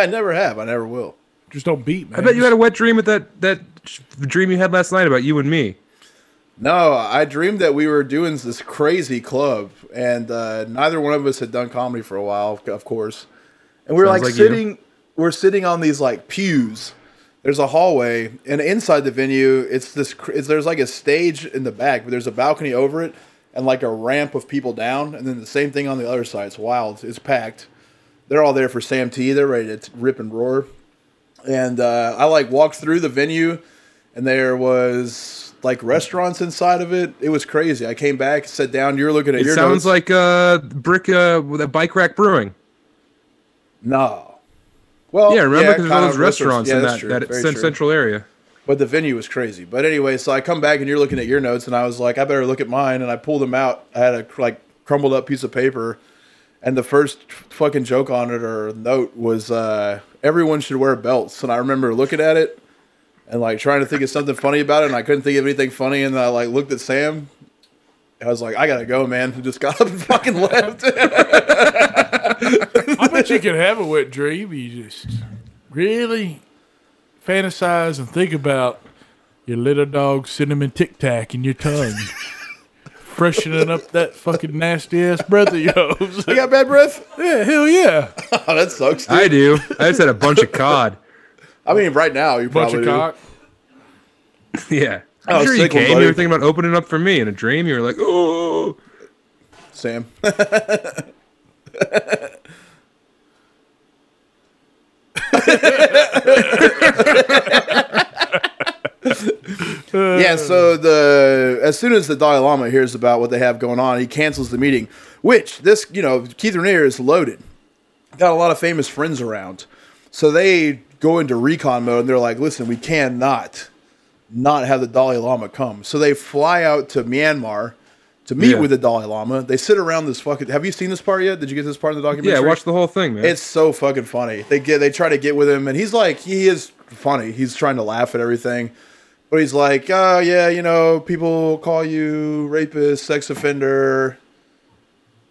[SPEAKER 1] I never have. I never will.
[SPEAKER 3] Just don't beat, man.
[SPEAKER 2] I bet you had a wet dream with that that sh- dream you had last night about you and me.
[SPEAKER 1] No, I dreamed that we were doing this crazy club, and uh, neither one of us had done comedy for a while, of course. And we we're
[SPEAKER 2] Sounds
[SPEAKER 1] like
[SPEAKER 2] like you.
[SPEAKER 1] sitting, we're sitting on these like pews. There's a hallway, and inside the venue, it's this. cr- It's, there's like a stage in the back, but there's a balcony over it, and like a ramp of people down, and then the same thing on the other side. It's wild. It's packed. They're all there for Sam T. They're ready to t- rip and roar. And uh, I like walked through the venue and there was like restaurants inside of it. It was crazy. I came back, sat down. You're looking at
[SPEAKER 2] It
[SPEAKER 1] your notes.
[SPEAKER 2] sounds like uh brick uh with a bike rack brewing.
[SPEAKER 1] no. Well,
[SPEAKER 2] Yeah, remember because there's all
[SPEAKER 1] kind
[SPEAKER 2] those
[SPEAKER 1] of
[SPEAKER 2] restaurants
[SPEAKER 1] Yeah,
[SPEAKER 2] in
[SPEAKER 1] that's
[SPEAKER 2] that,
[SPEAKER 1] true.
[SPEAKER 2] that
[SPEAKER 1] Very
[SPEAKER 2] cen-
[SPEAKER 1] true.
[SPEAKER 2] central area.
[SPEAKER 1] But the venue was crazy. But anyway, so I come back and you're looking at your notes, and I was like, I better look at mine. And I pulled them out. I had a cr- like crumbled up piece of paper, and the first fucking joke on it or note was uh, everyone should wear belts. And I remember looking at it and like trying to think of something funny about it, and I couldn't think of anything funny. And I like looked at Sam. and I was like, I gotta go, man. And just got up and fucking left.
[SPEAKER 3] I bet you could have a wet dream. You just really fantasize and think about your little dog cinnamon tic tac in your tongue, freshening up that fucking nasty ass breath of yours.
[SPEAKER 1] you got bad breath?
[SPEAKER 3] yeah, hell yeah.
[SPEAKER 1] Oh, that sucks. Dude.
[SPEAKER 2] I do. I just had a bunch of cod.
[SPEAKER 1] I mean, right now you
[SPEAKER 3] Bunch
[SPEAKER 1] probably
[SPEAKER 3] of
[SPEAKER 1] do.
[SPEAKER 3] cock.
[SPEAKER 2] Yeah.
[SPEAKER 1] Oh,
[SPEAKER 2] I'm sure you
[SPEAKER 1] sick one,
[SPEAKER 2] came.
[SPEAKER 1] buddy.
[SPEAKER 2] You were thinking about opening up for me in a dream. You were like, oh.
[SPEAKER 1] Sam. yeah, so the as soon as the Dalai Lama hears about what they have going on, he cancels the meeting. Which this, you know, Keith Raniere is loaded. Got a lot of famous friends around. So they go into recon mode and they're like, listen, we cannot not have the Dalai Lama come. So they fly out to Myanmar to meet
[SPEAKER 2] Yeah.
[SPEAKER 1] with the Dalai Lama. They sit around this fucking. Have you seen this part yet? Did you get this part of the documentary?
[SPEAKER 2] Yeah, watch the whole thing, man.
[SPEAKER 1] It's so fucking funny. They get they try to get with him, and he's like, he is funny. He's trying to laugh at everything, but he's like, oh yeah, you know, people call you rapist, sex offender.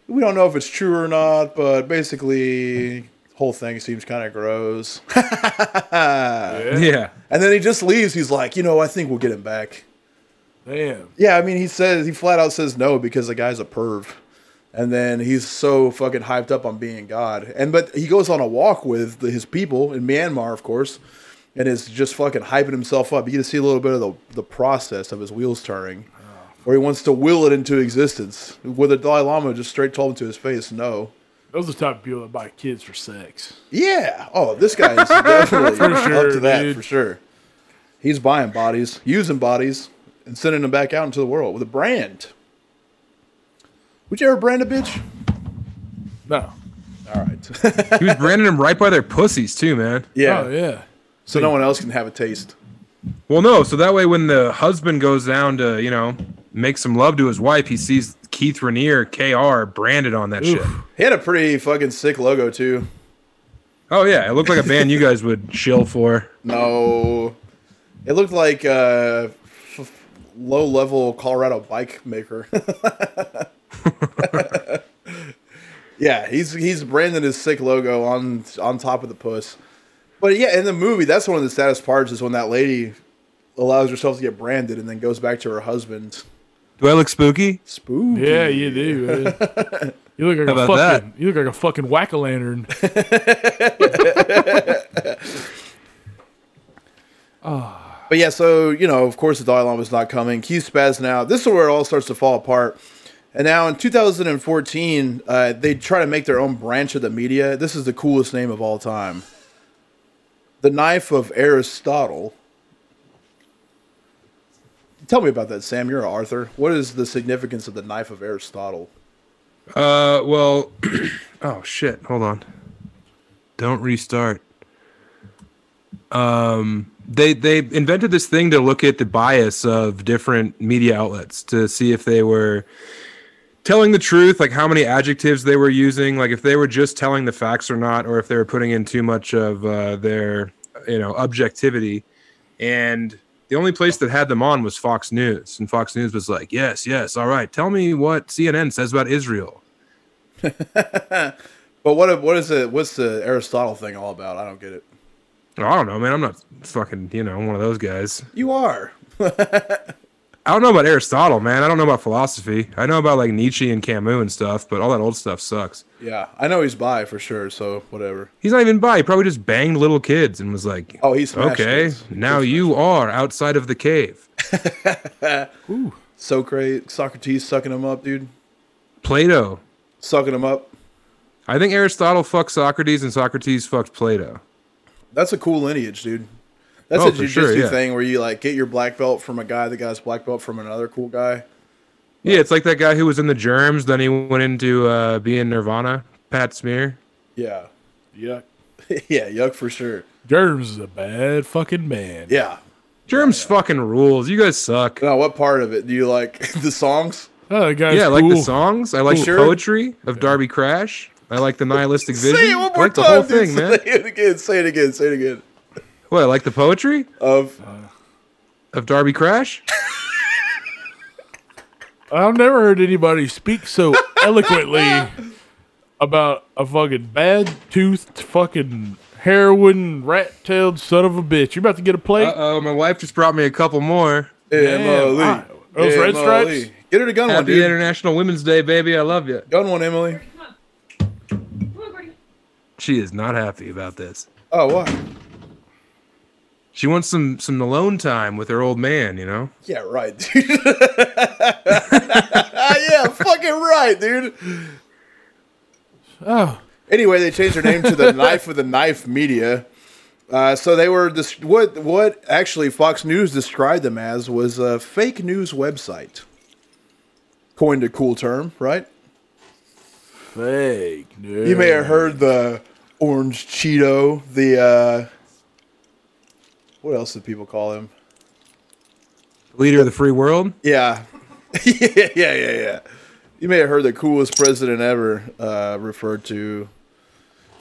[SPEAKER 1] We don't know if it's true or not, but basically, whole thing seems kind of gross.
[SPEAKER 2] yeah.
[SPEAKER 1] and then he just leaves. He's like, you know, I think we'll get him back.
[SPEAKER 3] Damn.
[SPEAKER 1] Yeah, I mean, he says he flat out says no because the guy's a perv. and then he's so fucking hyped up on being God. And but he goes on a walk with the, his people in Myanmar, of course, and is just fucking hyping himself up. You get to see a little bit of the, the process of his wheels turning, where he wants to will it into existence. Where the Dalai Lama just straight told him to his face, no.
[SPEAKER 3] Those are the type of people that buy kids for sex.
[SPEAKER 1] Yeah. Oh, this guy is definitely up
[SPEAKER 3] sure,
[SPEAKER 1] to that
[SPEAKER 3] dude.
[SPEAKER 1] for sure. He's buying bodies, using bodies, and sending them back out into the world with a brand. Would you ever brand a bitch?
[SPEAKER 3] No.
[SPEAKER 1] All right.
[SPEAKER 2] He was branding them right by their pussies too, man.
[SPEAKER 1] yeah.
[SPEAKER 3] Oh yeah.
[SPEAKER 1] So no one else can have a taste.
[SPEAKER 2] Well, no. So that way, when the husband goes down to you know make some love to his wife, he sees Keith Rainier KR branded on that shit.
[SPEAKER 1] He had a pretty fucking sick logo too.
[SPEAKER 2] Oh yeah, it looked like a band you guys would chill for.
[SPEAKER 1] No, it looked like uh, f- low level Colorado bike maker. yeah, he's he's branding his sick logo on on top of the puss. But yeah, in the movie, that's one of the saddest parts is when that lady allows herself to get branded and then goes back to her husband.
[SPEAKER 2] Do I look spooky?
[SPEAKER 1] Spooky.
[SPEAKER 3] Yeah, you do. Man. You look like
[SPEAKER 2] How
[SPEAKER 3] a
[SPEAKER 2] about that?
[SPEAKER 3] fucking. You look like a fucking whack a lantern.
[SPEAKER 1] But yeah, so you know, of course, the Dalai Lama's not coming. Keith spazzing out. This is where it all starts to fall apart. And now in 2014, uh, they try to make their own branch of the media. This is the coolest name of all time. The Knife of Aristotle. Tell me about that, Sam. You're an Arthur. What is the significance of the Knife of Aristotle?
[SPEAKER 2] Uh, well, oh shit, hold on. Don't restart. Um, they they invented this thing to look at the bias of different media outlets to see if they were telling the truth, like how many adjectives they were using, like if they were just telling the facts or not, or if they were putting in too much of uh, their you know objectivity. And the only place that had them on was Fox News, and Fox News was like, "Yes, yes, all right, tell me what CNN says about Israel."
[SPEAKER 1] But what what is it? What's the Aristotle thing all about? I don't get it.
[SPEAKER 2] I don't know, man. I'm not fucking, you know, one of those guys.
[SPEAKER 1] You are.
[SPEAKER 2] I don't know about Aristotle, man. I don't know about philosophy. I know about like Nietzsche and Camus and stuff, but all that old stuff sucks.
[SPEAKER 1] Yeah, I know he's bi for sure. So whatever.
[SPEAKER 2] He's not even bi. He probably just banged little kids and was like,
[SPEAKER 1] Oh, he smashed
[SPEAKER 2] okay,
[SPEAKER 1] kids.
[SPEAKER 2] now you are outside of the cave.
[SPEAKER 1] Socrates, Socrates sucking him up, dude.
[SPEAKER 2] Plato.
[SPEAKER 1] Sucking him up.
[SPEAKER 2] I think Aristotle fucked Socrates and Socrates fucked Plato.
[SPEAKER 1] That's a cool lineage, dude. That's
[SPEAKER 2] Oh,
[SPEAKER 1] a
[SPEAKER 2] for
[SPEAKER 1] jujitsu
[SPEAKER 2] sure, yeah.
[SPEAKER 1] thing where you like get your black belt from a guy that got his black belt from another cool guy.
[SPEAKER 2] Yeah, it's like that guy who was in the germs, then he went into uh, being Nirvana, Pat Smear.
[SPEAKER 1] Yeah.
[SPEAKER 3] Yeah.
[SPEAKER 1] yeah, yuck for sure.
[SPEAKER 3] Germs is a bad fucking man.
[SPEAKER 1] Yeah.
[SPEAKER 2] Germs fucking rules. You guys suck.
[SPEAKER 1] Now, what part of it do you like? the songs?
[SPEAKER 3] Oh, that guy's
[SPEAKER 2] yeah, I like
[SPEAKER 3] cool.
[SPEAKER 2] the songs. I like
[SPEAKER 1] Cool.
[SPEAKER 2] the
[SPEAKER 1] Sure.
[SPEAKER 2] poetry of Darby Crash. I like the nihilistic vision.
[SPEAKER 1] Say it one
[SPEAKER 2] I
[SPEAKER 1] more
[SPEAKER 2] like the
[SPEAKER 1] time,
[SPEAKER 2] whole
[SPEAKER 1] dude.
[SPEAKER 2] thing, man.
[SPEAKER 1] Say it again. Say it again. Say it again.
[SPEAKER 2] What? I like the poetry
[SPEAKER 1] Of
[SPEAKER 2] Oh, of Darby Crash.
[SPEAKER 3] I've never heard anybody speak so eloquently about a fucking bad toothed fucking heroin rat tailed son of a bitch. You about to get a plate?
[SPEAKER 2] Uh oh, my wife just brought me a couple more.
[SPEAKER 1] Emily.
[SPEAKER 3] I- those Red
[SPEAKER 1] Emily.
[SPEAKER 3] Stripes?
[SPEAKER 1] Get her to gun one,
[SPEAKER 2] Happy
[SPEAKER 1] dude.
[SPEAKER 2] International Women's Day, baby. I love you.
[SPEAKER 1] Gun one, Emily.
[SPEAKER 4] Come on. Come on, Courtney.
[SPEAKER 2] She is not happy about this.
[SPEAKER 1] Oh, what?
[SPEAKER 2] She wants some some alone time with her old man. You know.
[SPEAKER 1] Yeah, right, dude. yeah, fucking right, dude.
[SPEAKER 3] oh,
[SPEAKER 1] Anyway, they changed their name to the Knife of the Knife Media. Uh, so they were this. What what actually Fox News described them as was a fake news website. Coined a cool term, right?
[SPEAKER 3] fake news.
[SPEAKER 1] You may have heard the orange Cheeto. The uh, what else did people call him?
[SPEAKER 2] Leader of the free world.
[SPEAKER 1] Yeah, yeah, yeah, yeah, yeah. You may have heard the coolest president ever uh, referred to.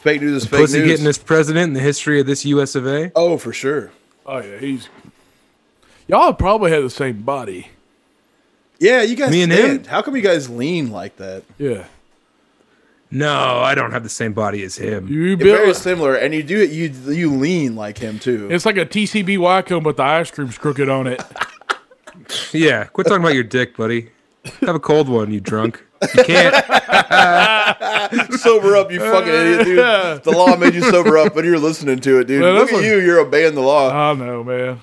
[SPEAKER 1] Fake news is fake
[SPEAKER 2] Pussy
[SPEAKER 1] news.
[SPEAKER 2] getting this president in the history of this U.S. of A.
[SPEAKER 1] oh, for sure.
[SPEAKER 3] Oh, yeah, he's. Y'all probably had the same body.
[SPEAKER 1] Yeah, you guys.
[SPEAKER 2] Me and
[SPEAKER 1] did.
[SPEAKER 2] him?
[SPEAKER 1] How come you guys lean like that?
[SPEAKER 3] Yeah.
[SPEAKER 2] No, I don't have the same body as him.
[SPEAKER 3] You
[SPEAKER 1] You're very
[SPEAKER 3] built.
[SPEAKER 1] similar, and you do you you lean like him too.
[SPEAKER 3] It's like a TCBY cone, but the ice cream's crooked on it.
[SPEAKER 2] Yeah, quit talking about your dick, buddy. Have a cold one, you drunk. You can't.
[SPEAKER 1] sober up, you fucking idiot, dude. The law made you sober up, but you're listening to it, dude.
[SPEAKER 3] Man,
[SPEAKER 1] Look
[SPEAKER 3] that's
[SPEAKER 1] at
[SPEAKER 3] a-
[SPEAKER 1] you, you're obeying the law.
[SPEAKER 3] I know, man.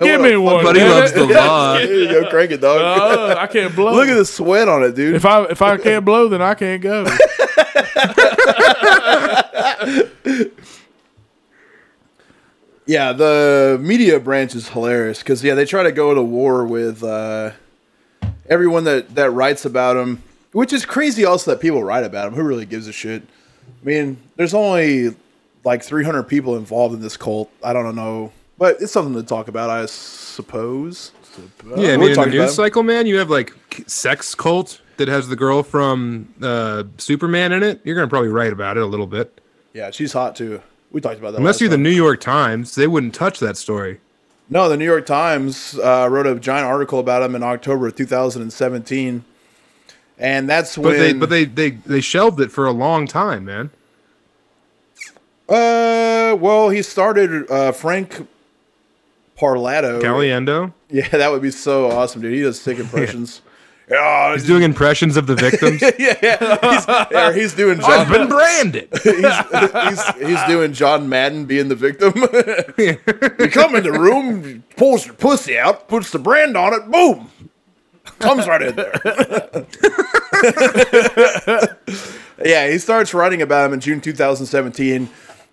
[SPEAKER 3] Give me one.
[SPEAKER 2] Buddy
[SPEAKER 3] man.
[SPEAKER 2] loves the law.
[SPEAKER 1] Here you go, crank it, dog.
[SPEAKER 3] Uh, I can't blow.
[SPEAKER 1] Look at the sweat on it, dude.
[SPEAKER 3] If I if I can't blow, then I can't go.
[SPEAKER 1] Yeah, the media branch is hilarious because yeah, they try to go to war with uh, everyone that that writes about him, which is crazy. Also, that people write about him. Who really gives a shit? I mean, there's only like 300 people involved in this cult. I don't know, but it's something to talk about, I suppose.
[SPEAKER 2] Yeah, I
[SPEAKER 1] We're
[SPEAKER 2] mean, in the
[SPEAKER 1] talking Oh, about
[SPEAKER 2] news
[SPEAKER 1] it.
[SPEAKER 2] cycle, man, you have like sex cult that has the girl from uh, Superman in it. You're gonna probably write about it a little
[SPEAKER 1] Oh,
[SPEAKER 2] bit,
[SPEAKER 1] Yeah, she's hot too. We talked about that.
[SPEAKER 2] unless
[SPEAKER 1] last
[SPEAKER 2] you're the
[SPEAKER 1] time.
[SPEAKER 2] New York Times. They wouldn't touch that story.
[SPEAKER 1] No, the New York Times uh, wrote a giant article about him in October of 2017, and that's
[SPEAKER 2] But
[SPEAKER 1] when.
[SPEAKER 2] they, but they, they, they shelved it for a long time, man.
[SPEAKER 1] Uh, well, he started uh, Frank Parlato.
[SPEAKER 2] Caliendo.
[SPEAKER 1] Yeah, that would be so awesome, dude. He does sick impressions. yeah,
[SPEAKER 2] He's doing impressions of the victims.
[SPEAKER 1] yeah, he's doing
[SPEAKER 2] I've
[SPEAKER 1] John.
[SPEAKER 2] been branded.
[SPEAKER 1] he's, he's doing John Madden being the victim. you come in the room, pulls your pussy out, puts the brand on it, boom, comes right in there. yeah, he starts writing about him in June 2017,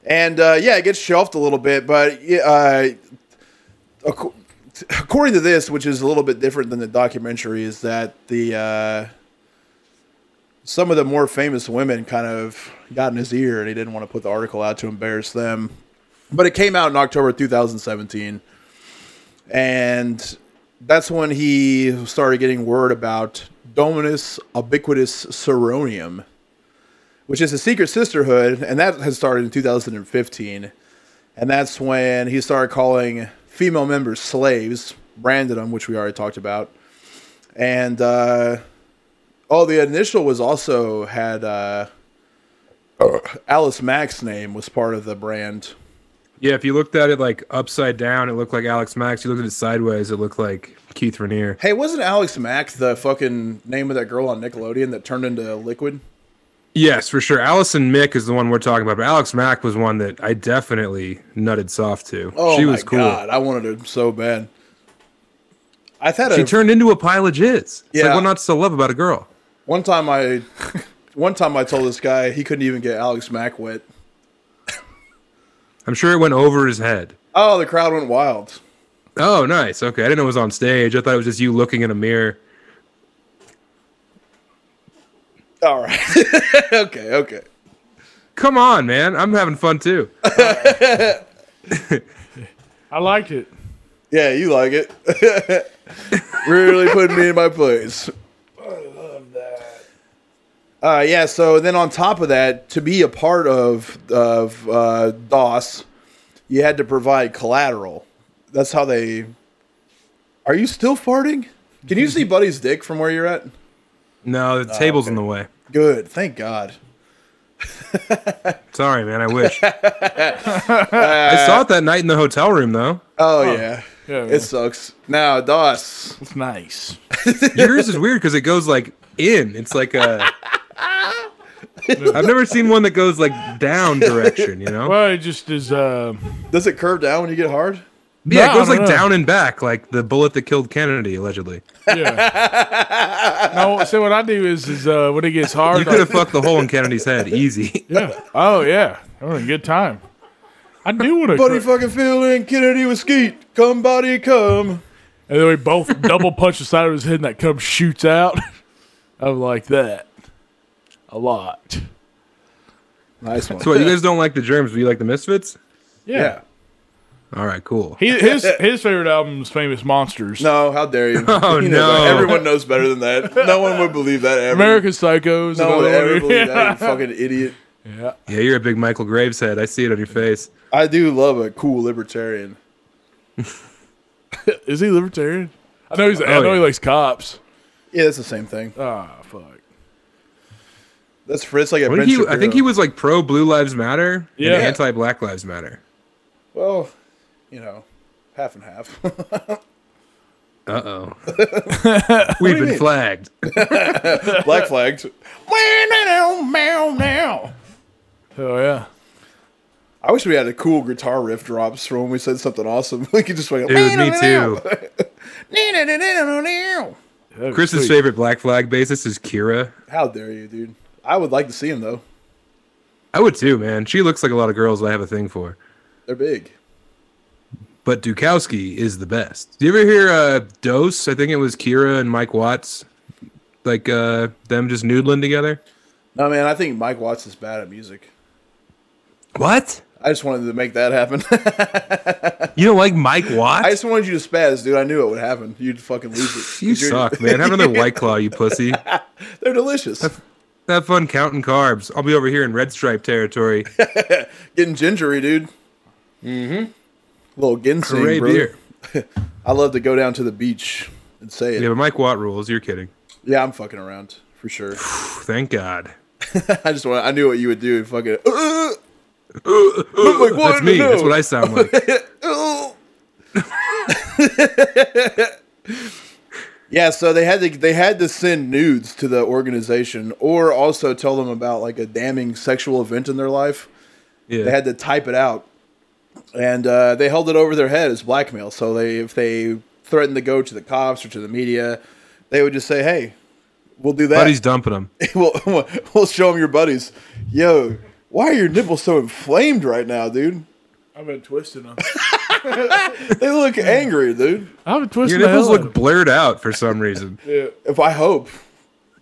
[SPEAKER 1] and uh, yeah, it gets shelved a little bit, but uh, ac- according to this, which is a little bit different than the documentary, is that the uh, some of the more famous women kind of got in his ear, and he didn't want to put the article out to embarrass them. But it came out in October 2017, and that's when he started getting word about Dominus Ubiquitus Seronium, which is a secret sisterhood, and that had started in 2015. And that's when he started calling female members slaves, branded them, which we already talked about. And uh, oh, the initial was also had uh,
[SPEAKER 2] Oh.
[SPEAKER 1] Alice Mack's name was part of the brand.
[SPEAKER 2] Yeah, if you looked at it like upside down, it looked like Alex Max. You looked at it sideways, it looked like Keith Rainier.
[SPEAKER 1] Hey, wasn't Alex Mack the fucking name of that girl on Nickelodeon that turned into liquid?
[SPEAKER 2] Yes, for sure. Allison Mick is the one we're talking about, but Alex Mack was one that I definitely nutted soft to.
[SPEAKER 1] Oh
[SPEAKER 2] she
[SPEAKER 1] my
[SPEAKER 2] was cool.
[SPEAKER 1] god, I wanted her so bad. I've had
[SPEAKER 2] She
[SPEAKER 1] a
[SPEAKER 2] turned into a pile of jizz. It's
[SPEAKER 1] Yeah.
[SPEAKER 2] like what not to love about a girl.
[SPEAKER 1] one time I one time I told this guy he couldn't even get Alex Mack wet.
[SPEAKER 2] I'm sure it went over his head.
[SPEAKER 1] Oh, the crowd went wild.
[SPEAKER 2] Oh, nice. Okay. I didn't know it was on stage. I thought it was just you looking in a mirror.
[SPEAKER 1] All right. okay, okay.
[SPEAKER 2] Come on, man. I'm having fun too.
[SPEAKER 3] I liked it.
[SPEAKER 1] Yeah, you like it. really putting me in my place. I love that. Uh, yeah, so then on top of that, to be a part of of uh, DOS, you had to provide collateral. That's how they. Are you still farting? Can you see Buddy's dick from where you're at?
[SPEAKER 2] No, the table's in the way.
[SPEAKER 1] Good, thank God.
[SPEAKER 2] Sorry, man. I wish. I saw it that night in the hotel room, though.
[SPEAKER 1] Oh, yeah.
[SPEAKER 3] Yeah,
[SPEAKER 1] it sucks. Now DOS.
[SPEAKER 3] It's nice.
[SPEAKER 2] Yours is weird because it goes like in. It's like a. I've never seen one that goes like down direction. You know.
[SPEAKER 3] Well, it just is. Uh,
[SPEAKER 1] Does it curve down when you get hard?
[SPEAKER 2] yeah,
[SPEAKER 3] no,
[SPEAKER 2] it goes
[SPEAKER 3] no,
[SPEAKER 2] like
[SPEAKER 3] no.
[SPEAKER 2] down and back, like the bullet that killed Kennedy, allegedly.
[SPEAKER 3] Yeah. no, so what I do is, is uh, when it gets hard,
[SPEAKER 2] You could have
[SPEAKER 3] like-
[SPEAKER 2] fucked the hole in Kennedy's head, easy.
[SPEAKER 3] yeah. Oh yeah, having a good time. I do want to.
[SPEAKER 1] Buddy fucking Phil and Kennedy with Skeet. Come, buddy, come.
[SPEAKER 3] and then we both double punch the side of his head, and that cum shoots out. I'm like that a lot.
[SPEAKER 1] Nice one.
[SPEAKER 2] So, what, you guys don't like the Germs, but you like the Misfits?
[SPEAKER 3] Yeah.
[SPEAKER 1] Yeah.
[SPEAKER 2] All right, cool.
[SPEAKER 3] He, his his favorite album is Famous Monsters.
[SPEAKER 1] No, how dare you?
[SPEAKER 2] Oh,
[SPEAKER 1] You know,
[SPEAKER 2] no.
[SPEAKER 1] Everyone knows better than that. No one would believe that ever.
[SPEAKER 3] American Psychos.
[SPEAKER 1] No one would ever
[SPEAKER 3] yeah.
[SPEAKER 1] believe that. You fucking idiot.
[SPEAKER 2] Yeah, you're a big Michael Graves head. I see it on your face.
[SPEAKER 1] I do love a cool libertarian.
[SPEAKER 3] Is he libertarian? I know he's. I
[SPEAKER 2] Oh,
[SPEAKER 3] know he
[SPEAKER 2] yeah.
[SPEAKER 3] likes cops.
[SPEAKER 1] Yeah, that's the same thing.
[SPEAKER 3] Ah, fuck.
[SPEAKER 1] That's Fritz like a
[SPEAKER 2] What
[SPEAKER 1] Ben
[SPEAKER 2] did he,
[SPEAKER 1] Shapiro.
[SPEAKER 2] I think he was like pro Blue Lives Matter
[SPEAKER 3] Yeah.
[SPEAKER 2] and anti Black Lives Matter.
[SPEAKER 1] Well, you know, half and half.
[SPEAKER 2] Uh oh. We've been flagged.
[SPEAKER 1] Black flagged. I
[SPEAKER 3] Oh yeah.
[SPEAKER 1] wish we had a cool guitar riff drops for when we said something awesome. We could just wait.
[SPEAKER 2] Dude, me
[SPEAKER 3] oh,
[SPEAKER 2] too.
[SPEAKER 3] That'd be
[SPEAKER 2] Chris's
[SPEAKER 3] sweet.
[SPEAKER 2] favorite Black Flag bassist is Kira.
[SPEAKER 1] How dare you, dude? I would like to see him though.
[SPEAKER 2] I would too, man. She looks like a lot of girls I have a thing for.
[SPEAKER 1] They're big.
[SPEAKER 2] But Dukowski is the best. Do you ever hear uh, Dose? I think it was Kira and Mike Watts, like uh, them just noodling together.
[SPEAKER 1] No man, I think Mike Watts is bad at music.
[SPEAKER 2] What?
[SPEAKER 1] I just wanted to make that happen.
[SPEAKER 2] You don't like Mike Watts?
[SPEAKER 1] I just wanted you to spaz, dude. I knew it would happen. You'd fucking lose it.
[SPEAKER 2] you
[SPEAKER 1] 'Cause you're-
[SPEAKER 2] suck, man. Have another White Claw, you pussy.
[SPEAKER 1] They're delicious.
[SPEAKER 2] Have fun counting carbs. I'll be over here in red stripe territory.
[SPEAKER 1] Getting gingery, dude. Mm-hmm. Little ginseng,
[SPEAKER 2] Hooray,
[SPEAKER 1] brother.
[SPEAKER 2] beer.
[SPEAKER 1] I love to go down to the beach and say it.
[SPEAKER 2] Yeah, but Mike Watt rules. You're kidding.
[SPEAKER 1] Yeah, I'm fucking around for sure.
[SPEAKER 2] Thank God.
[SPEAKER 1] I just want. I knew what you would do. Fucking. Uh, like, what
[SPEAKER 2] That's
[SPEAKER 1] in
[SPEAKER 2] me.
[SPEAKER 1] the
[SPEAKER 2] That's
[SPEAKER 1] hell?
[SPEAKER 2] what I sound like.
[SPEAKER 1] uh. yeah, so they had to they had to send nudes to the organization, or also tell them about like a damning sexual event in their life.
[SPEAKER 2] Yeah.
[SPEAKER 1] They had to type it out, and uh, they held it over their head as blackmail. So they, if they threatened to go to the cops or to the media, they would just say, "Hey, we'll do that."
[SPEAKER 2] Buddy's dumping him.
[SPEAKER 1] we'll, we'll show them your buddies. Yo, why are your nipples so inflamed right now, dude?
[SPEAKER 3] I've been twisting them.
[SPEAKER 1] They look angry, dude.
[SPEAKER 3] I've been twisting
[SPEAKER 2] Your
[SPEAKER 3] the
[SPEAKER 2] nipples
[SPEAKER 3] hell out
[SPEAKER 2] look blurred out for some reason.
[SPEAKER 3] of 'em.
[SPEAKER 1] If I hope.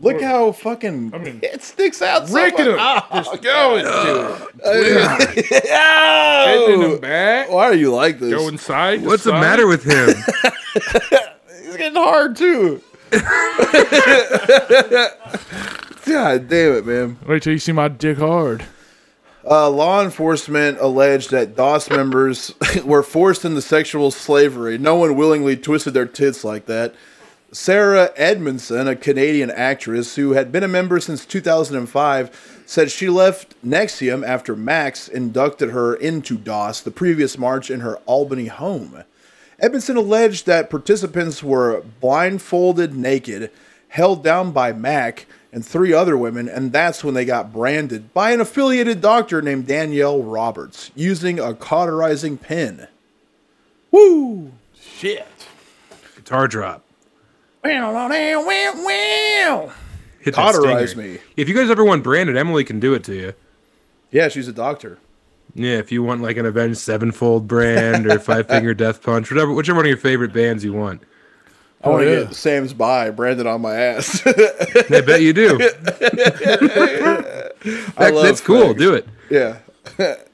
[SPEAKER 1] Look how fucking
[SPEAKER 3] mean,
[SPEAKER 1] it sticks out. So
[SPEAKER 3] Breaking
[SPEAKER 1] much.
[SPEAKER 3] them.
[SPEAKER 2] Ah,
[SPEAKER 3] Just going to it. Hitting
[SPEAKER 1] Ow!
[SPEAKER 3] them back.
[SPEAKER 1] Why are you like this?
[SPEAKER 3] Going side. to
[SPEAKER 2] Oh. What's the
[SPEAKER 3] side.
[SPEAKER 2] matter with him?
[SPEAKER 1] It's getting hard too. God damn it, man.
[SPEAKER 3] Wait till you see my dick hard.
[SPEAKER 1] Uh, law enforcement alleged that DOS members were forced into sexual slavery. No one willingly twisted their tits like that. Sarah Edmondson, a Canadian actress who had been a member since 2005, said she left Nexium after Max inducted her into DOS the previous March in her Albany home. Edmondson alleged that participants were blindfolded naked, held down by Mac and three other women, and that's when they got branded by an affiliated doctor named Danielle Roberts using a cauterizing pin. Woo!
[SPEAKER 3] Shit.
[SPEAKER 2] Guitar drop.
[SPEAKER 1] Yeah,
[SPEAKER 2] Hit that
[SPEAKER 1] Cauterize
[SPEAKER 2] stinger.
[SPEAKER 1] me.
[SPEAKER 2] If you guys ever want branded, Emily can do it to you.
[SPEAKER 1] she's a doctor.
[SPEAKER 2] Yeah, if you want like an Avenged Sevenfold brand or Five Finger Death Punch, whatever, whichever one of your favorite bands you want.
[SPEAKER 1] I
[SPEAKER 2] Oh,
[SPEAKER 1] want to
[SPEAKER 3] Oh, yeah.
[SPEAKER 1] get Sam's by branded on my ass.
[SPEAKER 2] And I bet you do. That-
[SPEAKER 1] love
[SPEAKER 2] that's cool.
[SPEAKER 1] fags.
[SPEAKER 2] Do it.
[SPEAKER 1] yeah.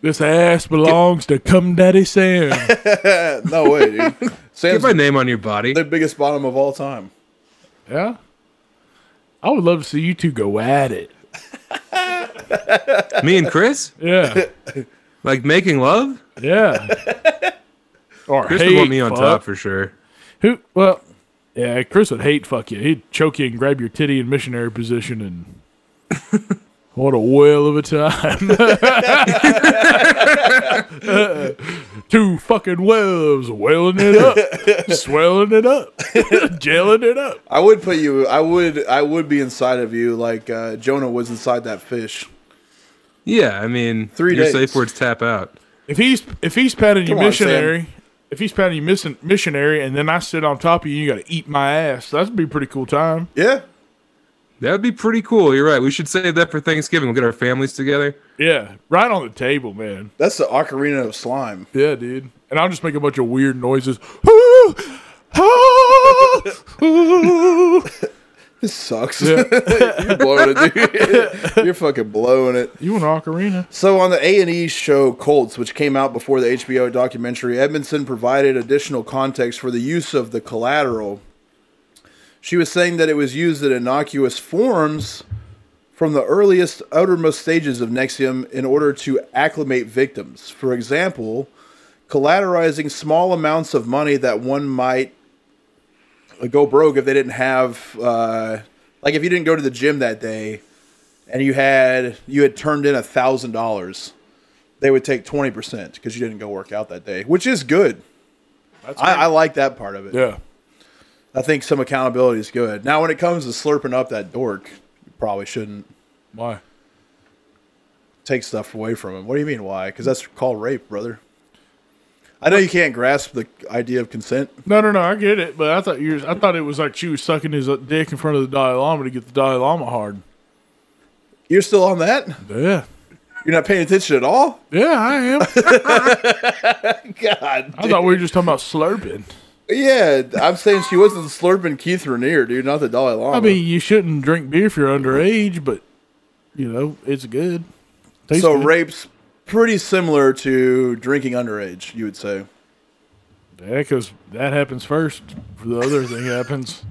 [SPEAKER 3] This ass belongs to Cum Daddy Sam.
[SPEAKER 1] No way, dude.
[SPEAKER 2] Get
[SPEAKER 1] Sam's
[SPEAKER 2] my name on your body.
[SPEAKER 1] the biggest bottom of all time.
[SPEAKER 3] yeah. I would love to see you two go at it.
[SPEAKER 2] Me and Chris,
[SPEAKER 3] Yeah.
[SPEAKER 2] like making love.
[SPEAKER 3] Yeah. or
[SPEAKER 2] Chris would
[SPEAKER 3] hate
[SPEAKER 2] want me on
[SPEAKER 3] fuck.
[SPEAKER 2] top for sure.
[SPEAKER 3] Who? Well, yeah. Chris would hate fuck you. He'd choke you and grab your titty in missionary position and. What a whale of a time. Two fucking whales whaling it up, swelling it up, jailing it up.
[SPEAKER 1] I would put you. I would. I would be inside of you, like uh, Jonah was inside that fish.
[SPEAKER 2] Yeah, I mean,
[SPEAKER 1] Three
[SPEAKER 2] your
[SPEAKER 1] days.
[SPEAKER 2] safe words tap out.
[SPEAKER 3] If he's if he's patting you
[SPEAKER 1] Come on,
[SPEAKER 3] missionary, if he's patting you missin- missionary, and then I sit on top of you, you got to eat my ass. That'd be a pretty cool time.
[SPEAKER 1] Yeah,
[SPEAKER 2] That would be pretty cool. You're right. We should save that for Thanksgiving. We'll get our families together.
[SPEAKER 3] Yeah, right on the table, man.
[SPEAKER 1] that's the ocarina of slime.
[SPEAKER 3] Yeah, dude. And I'll just make a bunch of weird noises. you
[SPEAKER 1] This sucks. You're blowing it, dude. You're fucking blowing it.
[SPEAKER 3] an ocarina?
[SPEAKER 1] So on the A and E show Colts, which came out before the HBO documentary, Edmondson provided additional context for the use of the collateral. She was saying that it was used in innocuous forms from the earliest outermost stages of Nexium in order to acclimate victims. For example, collateralizing small amounts of money that one might uh, go broke if they didn't have, uh, like if you didn't go to the gym that day and you had you had turned in a thousand dollars, they would take twenty percent because you didn't go work out that day, which is good. I, I like that part of it.
[SPEAKER 3] Yeah.
[SPEAKER 1] I think some accountability is good. Now, when it comes to slurping up that dork, you probably shouldn't
[SPEAKER 3] Why?
[SPEAKER 1] take stuff away from him. What do you mean, why? Because that's called rape, brother. I know you can't grasp the idea of consent.
[SPEAKER 3] No, no, no. I get it, but I thought you. I thought it was like she was sucking his uh, dick in front of the Dalai Lama to get the Dalai Lama hard.
[SPEAKER 1] You're still on that?
[SPEAKER 3] Yeah,
[SPEAKER 1] You're not paying attention at all?
[SPEAKER 3] yeah, I am.
[SPEAKER 1] God.
[SPEAKER 3] I thought we were just talking about slurping.
[SPEAKER 1] Yeah, I'm saying she wasn't slurping Keith Rainier, dude, not the Dalai Lama.
[SPEAKER 3] I mean, you shouldn't drink beer if you're underage, but you know it's good. Tastes
[SPEAKER 1] so
[SPEAKER 3] good.
[SPEAKER 1] rape's pretty similar to drinking underage, you would say.
[SPEAKER 3] Yeah, because that happens first. For the other thing happens.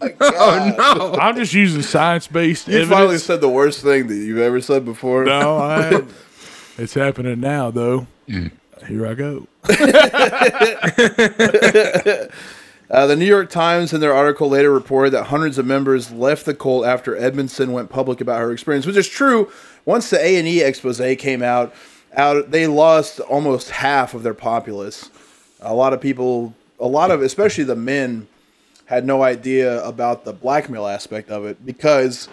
[SPEAKER 3] I'm just using science based
[SPEAKER 1] You finally
[SPEAKER 3] evidence.
[SPEAKER 1] said the worst thing that you've ever said before.
[SPEAKER 3] No, I, it's happening now though. Here I go.
[SPEAKER 1] Uh, the New York Times, in their article, later reported that hundreds of members left the cult after Edmondson went public about her experience, which is true. Once the A and E expose came out, out they lost almost half of their populace. A lot of people, a lot of especially the men, had no idea about the blackmail aspect of it because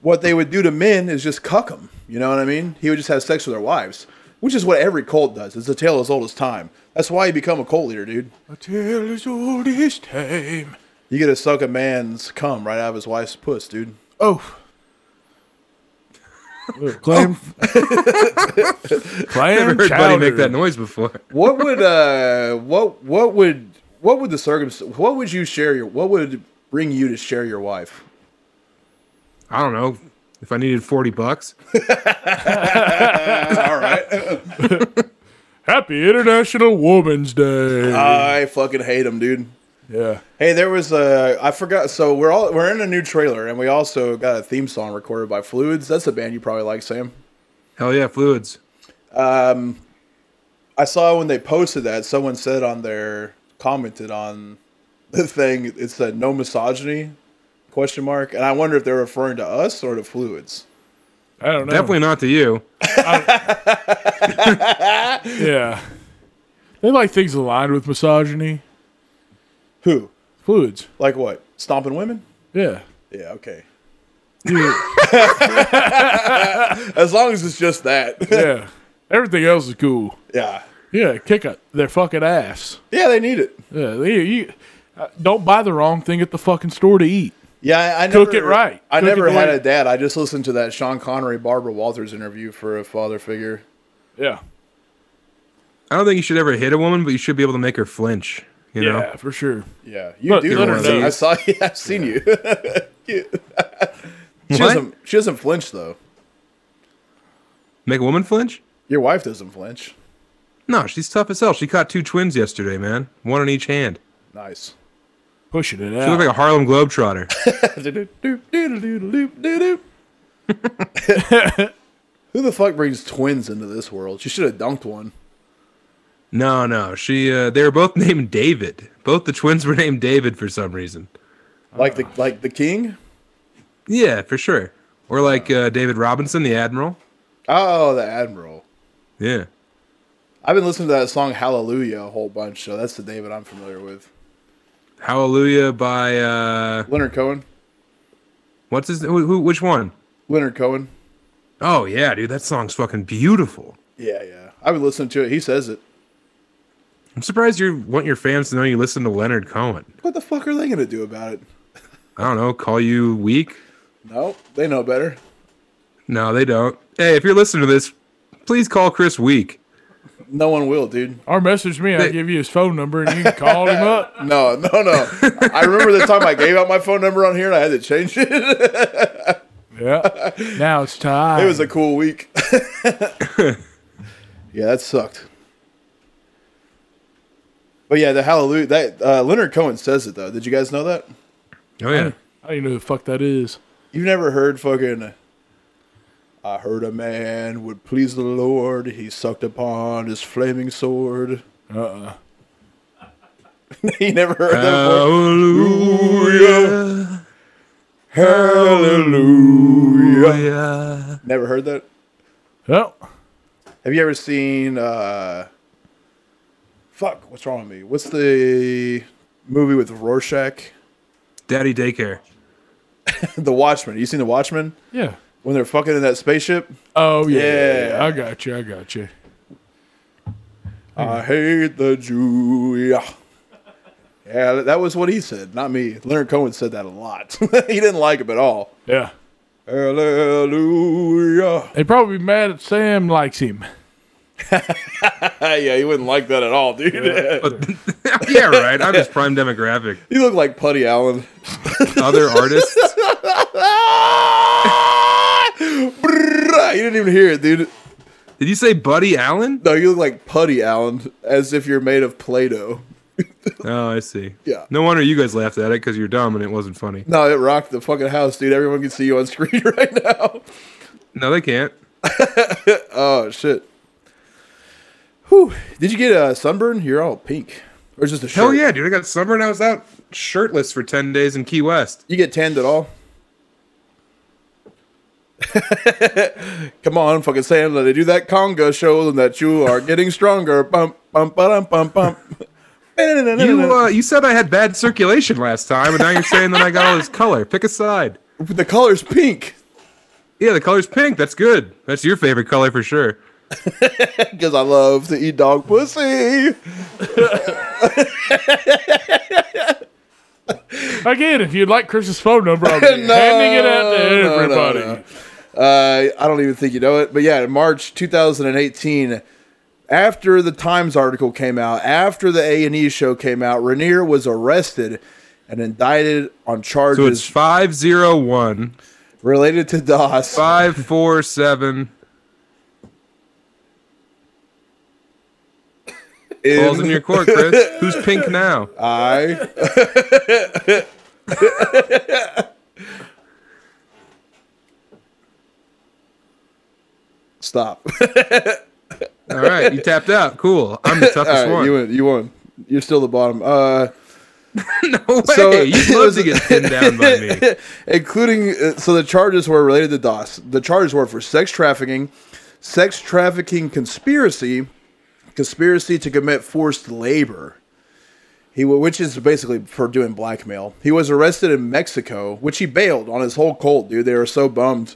[SPEAKER 1] what they would do to men is just cuck them. You know what I mean? He would just have sex with their wives, which is what every cult does. It's a tale as old as time. That's why you become a cult leader, dude.
[SPEAKER 3] Until it's all this time.
[SPEAKER 1] You get to suck a man's cum right out of his wife's puss, dude.
[SPEAKER 3] Oh. Clam. Clam
[SPEAKER 2] Never heard Buddy
[SPEAKER 3] chowder.
[SPEAKER 2] make that noise before.
[SPEAKER 1] What would uh what what would what would the circumstance what would you share your what would bring you to share your wife?
[SPEAKER 2] I don't know. If I needed 40 bucks,
[SPEAKER 1] All right.
[SPEAKER 3] Happy International Woman's Day.
[SPEAKER 2] Uh,
[SPEAKER 1] I fucking hate him, dude.
[SPEAKER 3] yeah.
[SPEAKER 1] Hey, there was a I forgot so we're all we're in a new trailer and we also got a theme song recorded by Fluids. That's a band you probably like, Sam.
[SPEAKER 2] hell yeah, fluids.
[SPEAKER 1] I saw when they posted that someone said on their commented on the thing it said no misogyny question mark and I wonder if they're referring to us or to Fluids.
[SPEAKER 3] I don't know.
[SPEAKER 2] Definitely not to you.
[SPEAKER 3] Yeah. They like things aligned with misogyny.
[SPEAKER 1] Who?
[SPEAKER 3] Fluids.
[SPEAKER 1] Like what? Stomping women?
[SPEAKER 3] Yeah.
[SPEAKER 1] Yeah, okay.
[SPEAKER 3] Yeah.
[SPEAKER 1] As long as it's just that.
[SPEAKER 3] yeah. Everything else is cool.
[SPEAKER 1] yeah.
[SPEAKER 3] Yeah. Kick up their fucking ass.
[SPEAKER 1] Yeah, they need it.
[SPEAKER 3] Yeah. They, you, uh, don't buy the wrong thing at the fucking store to eat.
[SPEAKER 1] Yeah, I, I never,
[SPEAKER 3] Cook it right.
[SPEAKER 1] I
[SPEAKER 3] Cook
[SPEAKER 1] never
[SPEAKER 3] it the
[SPEAKER 1] had
[SPEAKER 3] way-
[SPEAKER 1] a dad. I just listened to that Sean Connery, Barbara Walters interview for a father figure.
[SPEAKER 3] Yeah.
[SPEAKER 2] I don't think you should ever hit a woman, but you should be able to make her flinch. You
[SPEAKER 3] Yeah,
[SPEAKER 2] know?
[SPEAKER 3] for sure.
[SPEAKER 1] Yeah, you
[SPEAKER 3] Look,
[SPEAKER 1] do.
[SPEAKER 3] you
[SPEAKER 1] that.
[SPEAKER 2] don't know.
[SPEAKER 1] I saw. Yeah, I've seen you. she
[SPEAKER 2] What?
[SPEAKER 1] doesn't. She doesn't flinch though.
[SPEAKER 2] Make a woman flinch?
[SPEAKER 1] Your wife doesn't flinch.
[SPEAKER 2] No, she's tough as hell. She caught two twins yesterday, man. One on each hand.
[SPEAKER 1] Nice.
[SPEAKER 3] Pushing it
[SPEAKER 2] She
[SPEAKER 3] out.
[SPEAKER 2] looked like a Harlem Globetrotter.
[SPEAKER 1] Who the fuck brings twins into this world? She should have dunked one.
[SPEAKER 2] no, no. She uh, they were both named David. Both the twins were named David for some reason.
[SPEAKER 1] Like the like the king.
[SPEAKER 2] Yeah, for sure. Or like uh, David Robinson, the Admiral.
[SPEAKER 1] Oh, the admiral.
[SPEAKER 2] Yeah.
[SPEAKER 1] I've been listening to that song Hallelujah a whole bunch, so that's the David I'm familiar with.
[SPEAKER 2] Hallelujah by uh
[SPEAKER 1] Leonard Cohen.
[SPEAKER 2] what's his who, who which one?
[SPEAKER 1] Leonard Cohen.
[SPEAKER 2] Oh yeah, dude, that song's fucking beautiful.
[SPEAKER 1] Yeah, yeah. I've been listening to it. He says it.
[SPEAKER 2] I'm surprised you want your fans to know you listen to Leonard Cohen.
[SPEAKER 1] What the fuck are they gonna do about it?
[SPEAKER 2] I don't know, call you weak?
[SPEAKER 1] No, they know better.
[SPEAKER 2] No, they don't. Hey, if you're listening to this, please call Chris weak.
[SPEAKER 1] No one will, dude.
[SPEAKER 3] or message me. I'll
[SPEAKER 2] They-
[SPEAKER 3] give you his phone number and you can call him up.
[SPEAKER 1] No, no, no. I remember the time I gave out my phone number on here and I had to change it. It
[SPEAKER 3] Yeah. Now it's time.
[SPEAKER 1] was a cool week. yeah, that sucked. But yeah, the Hallelujah. That uh, Leonard Cohen says it though. Did you guys know that?
[SPEAKER 2] Oh yeah.
[SPEAKER 3] I don't even know who the fuck that is.
[SPEAKER 1] You've never heard fucking. I heard a man would please the Lord. He sucked upon his flaming sword. Uh-uh.
[SPEAKER 3] Uh uh
[SPEAKER 1] you never heard that before?
[SPEAKER 2] Hallelujah. Hallelujah.
[SPEAKER 1] Never heard that.
[SPEAKER 3] Well,
[SPEAKER 1] Have you ever seen uh, Fuck, what's wrong with me? What's the movie with Rorschach?
[SPEAKER 2] Daddy daycare.
[SPEAKER 1] the Watchmen. You seen The Watchmen?
[SPEAKER 3] Yeah.
[SPEAKER 1] When they're fucking in that spaceship?
[SPEAKER 3] Oh yeah, yeah,
[SPEAKER 1] Yeah.
[SPEAKER 3] I got you. I got you.
[SPEAKER 1] I hate the Jew. Yeah. Yeah, that- that was what he said, not me. Leonard Cohen said that a lot. he didn't like him at all.
[SPEAKER 3] Yeah.
[SPEAKER 1] Hallelujah.
[SPEAKER 3] They'd probably be mad at Sam likes him.
[SPEAKER 1] Hey, yeah, he wouldn't like that at all, dude.
[SPEAKER 2] yeah, right. I'm his prime demographic.
[SPEAKER 1] you look like Putty Allen.
[SPEAKER 2] Other artists.
[SPEAKER 1] Brrrr. you didn't even hear it, dude.
[SPEAKER 2] Did you say Buddy Allen?
[SPEAKER 1] No, you look like Putty Allen, as if you're made of Play-Doh.
[SPEAKER 2] Oh, I see.
[SPEAKER 1] Yeah.
[SPEAKER 2] No wonder you guys laughed at it because you're dumb and it wasn't funny.
[SPEAKER 1] No, it rocked the fucking house, dude. Everyone can see you on screen right now.
[SPEAKER 2] No, they can't.
[SPEAKER 1] Oh shit. Whew. Did you get a sunburn? You're all pink. Or just a shirt?
[SPEAKER 2] Hell yeah, dude! I got summer and I was out shirtless for ten days in Key West.
[SPEAKER 1] You get tanned at all? Come on, fucking Sam, let they do that conga show and that you are getting stronger. Bump, bump, bump, bump, bump.
[SPEAKER 2] You uh, you said I had bad circulation last time, and now you're saying that I got all this color. Pick a side.
[SPEAKER 1] the color's pink
[SPEAKER 2] Yeah, the color's pink. That's good. That's your favorite color for sure.
[SPEAKER 1] because I love to eat dog pussy.
[SPEAKER 3] Again, if you'd like Chris's phone number, I'll be handing it out to
[SPEAKER 1] no, no,
[SPEAKER 3] everybody.
[SPEAKER 1] no. Uh, I don't even think you know it, but yeah, in March 2018, after the Times article came out, after the A and E show came out, Rainier was arrested and indicted on
[SPEAKER 2] So it's
[SPEAKER 1] charges
[SPEAKER 2] five zero one
[SPEAKER 1] related to DOS.
[SPEAKER 2] five four seven. Balls in your court, Chris. Who's pink now?
[SPEAKER 1] I stop.
[SPEAKER 2] All right, you tapped out. Cool. I'm the toughest
[SPEAKER 1] All right,
[SPEAKER 2] one.
[SPEAKER 1] you win. You won. You're still the bottom. Uh,
[SPEAKER 2] no way.
[SPEAKER 1] So-
[SPEAKER 2] you love to get pinned down by me.
[SPEAKER 1] including uh, so the charges were related to DOS. The charges were for sex trafficking, sex trafficking conspiracy, conspiracy to commit forced labor. He wa- which is basically for doing blackmail. He was arrested in Mexico, which he bailed on his whole cult, dude. They were so bummed.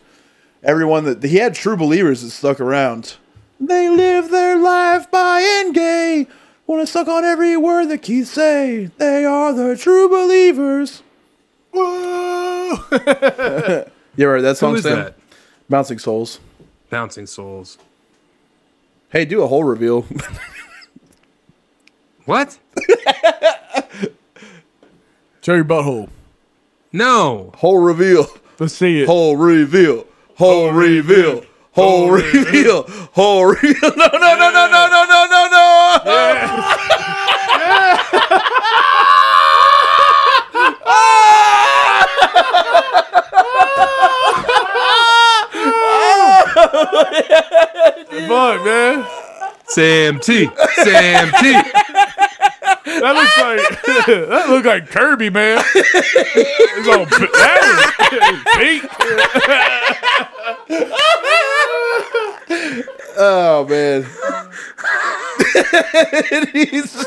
[SPEAKER 1] Everyone that he had true believers that stuck around. They live their life by and gay. Wanna suck on every word that Keith say. They are the true believers. Whoa! you ever heard that song,
[SPEAKER 2] Who is
[SPEAKER 1] Sam?
[SPEAKER 2] that?
[SPEAKER 1] Bouncing Souls.
[SPEAKER 2] Bouncing Souls.
[SPEAKER 1] Hey, do a whole reveal.
[SPEAKER 2] What?
[SPEAKER 3] Show your butthole.
[SPEAKER 2] No.
[SPEAKER 1] whole reveal.
[SPEAKER 3] Let's see it.
[SPEAKER 1] Whole reveal. Whole reveal. Whole reveal. Whole reveal. No, no, no, no, no, no, no, no, no.
[SPEAKER 3] Fuck, man.
[SPEAKER 2] Sam T. Sam T.
[SPEAKER 3] That looks like that looked like Kirby, man. It's all p- that was pink.
[SPEAKER 1] Oh man. He's-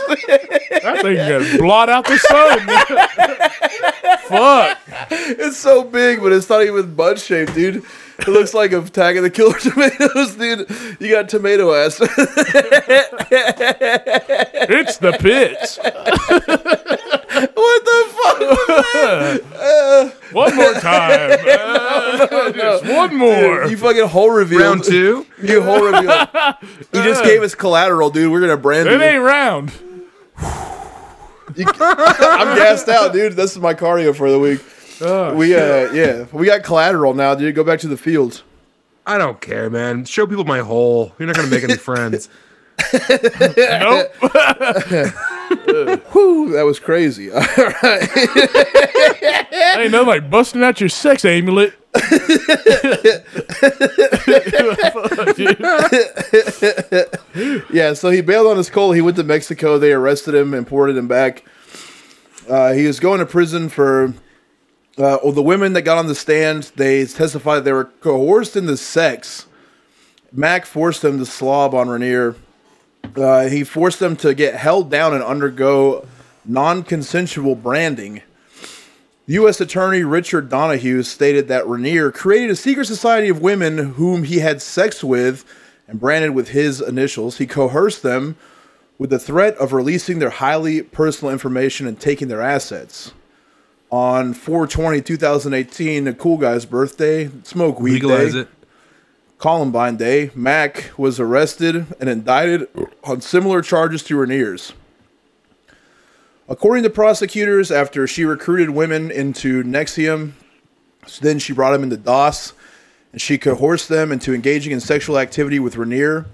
[SPEAKER 3] That thing got blot out the sun. Fuck.
[SPEAKER 1] it's so big, but it's not even bud shaped, dude. It looks like a tag of the killer tomatoes, dude. You got tomato ass.
[SPEAKER 3] It's the pits.
[SPEAKER 1] what the fuck?
[SPEAKER 3] One more time. Uh, Just one more.
[SPEAKER 1] You fucking whole reveal.
[SPEAKER 2] Round two.
[SPEAKER 1] You whole reveal. you just gave us collateral, dude. We're gonna brand
[SPEAKER 3] it
[SPEAKER 1] you.
[SPEAKER 3] ain't round.
[SPEAKER 1] I'm gassed out, dude. This is my cardio for the week.
[SPEAKER 3] Oh,
[SPEAKER 1] We uh yeah, we got collateral now, dude. Go back to the fields.
[SPEAKER 2] I don't care, man. Show people my hole. You're not gonna make any friends.
[SPEAKER 3] nope.
[SPEAKER 1] Whew, that was crazy. All right.
[SPEAKER 3] ain't nothing like busting out your sex amulet.
[SPEAKER 1] Yeah, so he bailed on his coal. He went to Mexico. They arrested him, imported him back. Uh, he was going to prison for. Uh, well, the women that got on the stand, they testified that they were coerced into sex. Mac forced them to slob on Rainier. Uh, he forced them to get held down and undergo non consensual branding. U.S. Attorney Richard Donahue stated that Rainier created a secret society of women whom he had sex with and branded with his initials. He coerced them with the threat of releasing their highly personal information and taking their assets. On 420 2018, a cool guy's birthday, smoke weed
[SPEAKER 2] Legalize
[SPEAKER 1] day,
[SPEAKER 2] it.
[SPEAKER 1] Columbine Day, Mack was arrested and indicted on similar charges to Rainier's. According to prosecutors, after she recruited women into Nexium, then she brought them into DOS, and she coerced them into engaging in sexual activity with Rainier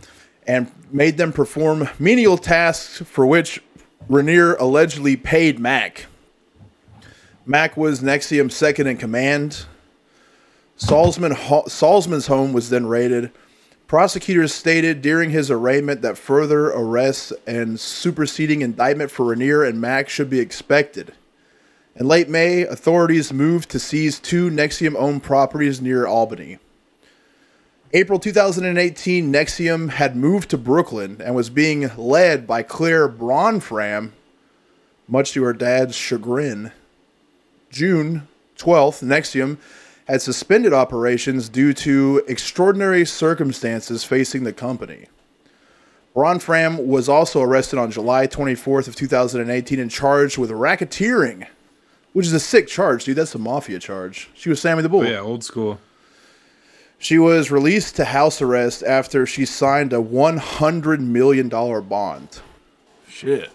[SPEAKER 1] and made them perform menial tasks for which Rainier allegedly paid Mack. Mack was Nexium's second in command. Salzman ho- Salzman's home was then raided. Prosecutors stated during his arraignment that further arrests and superseding indictment for Rainier and Mack should be expected. In late May, authorities moved to seize two Nexium owned properties near Albany. April 2018, Nexium had moved to Brooklyn and was being led by Claire Bronfram, much to her dad's chagrin. June 12th, Nexium had suspended operations due to extraordinary circumstances facing the company. Ron Fram was also arrested on July 24th of 2018 and charged with racketeering, which is a sick charge, dude. That's a mafia charge. She was Sammy the Bull.
[SPEAKER 2] But Oh, yeah, old school.
[SPEAKER 1] She was released to house arrest after she signed a $100 million bond.
[SPEAKER 3] Shit.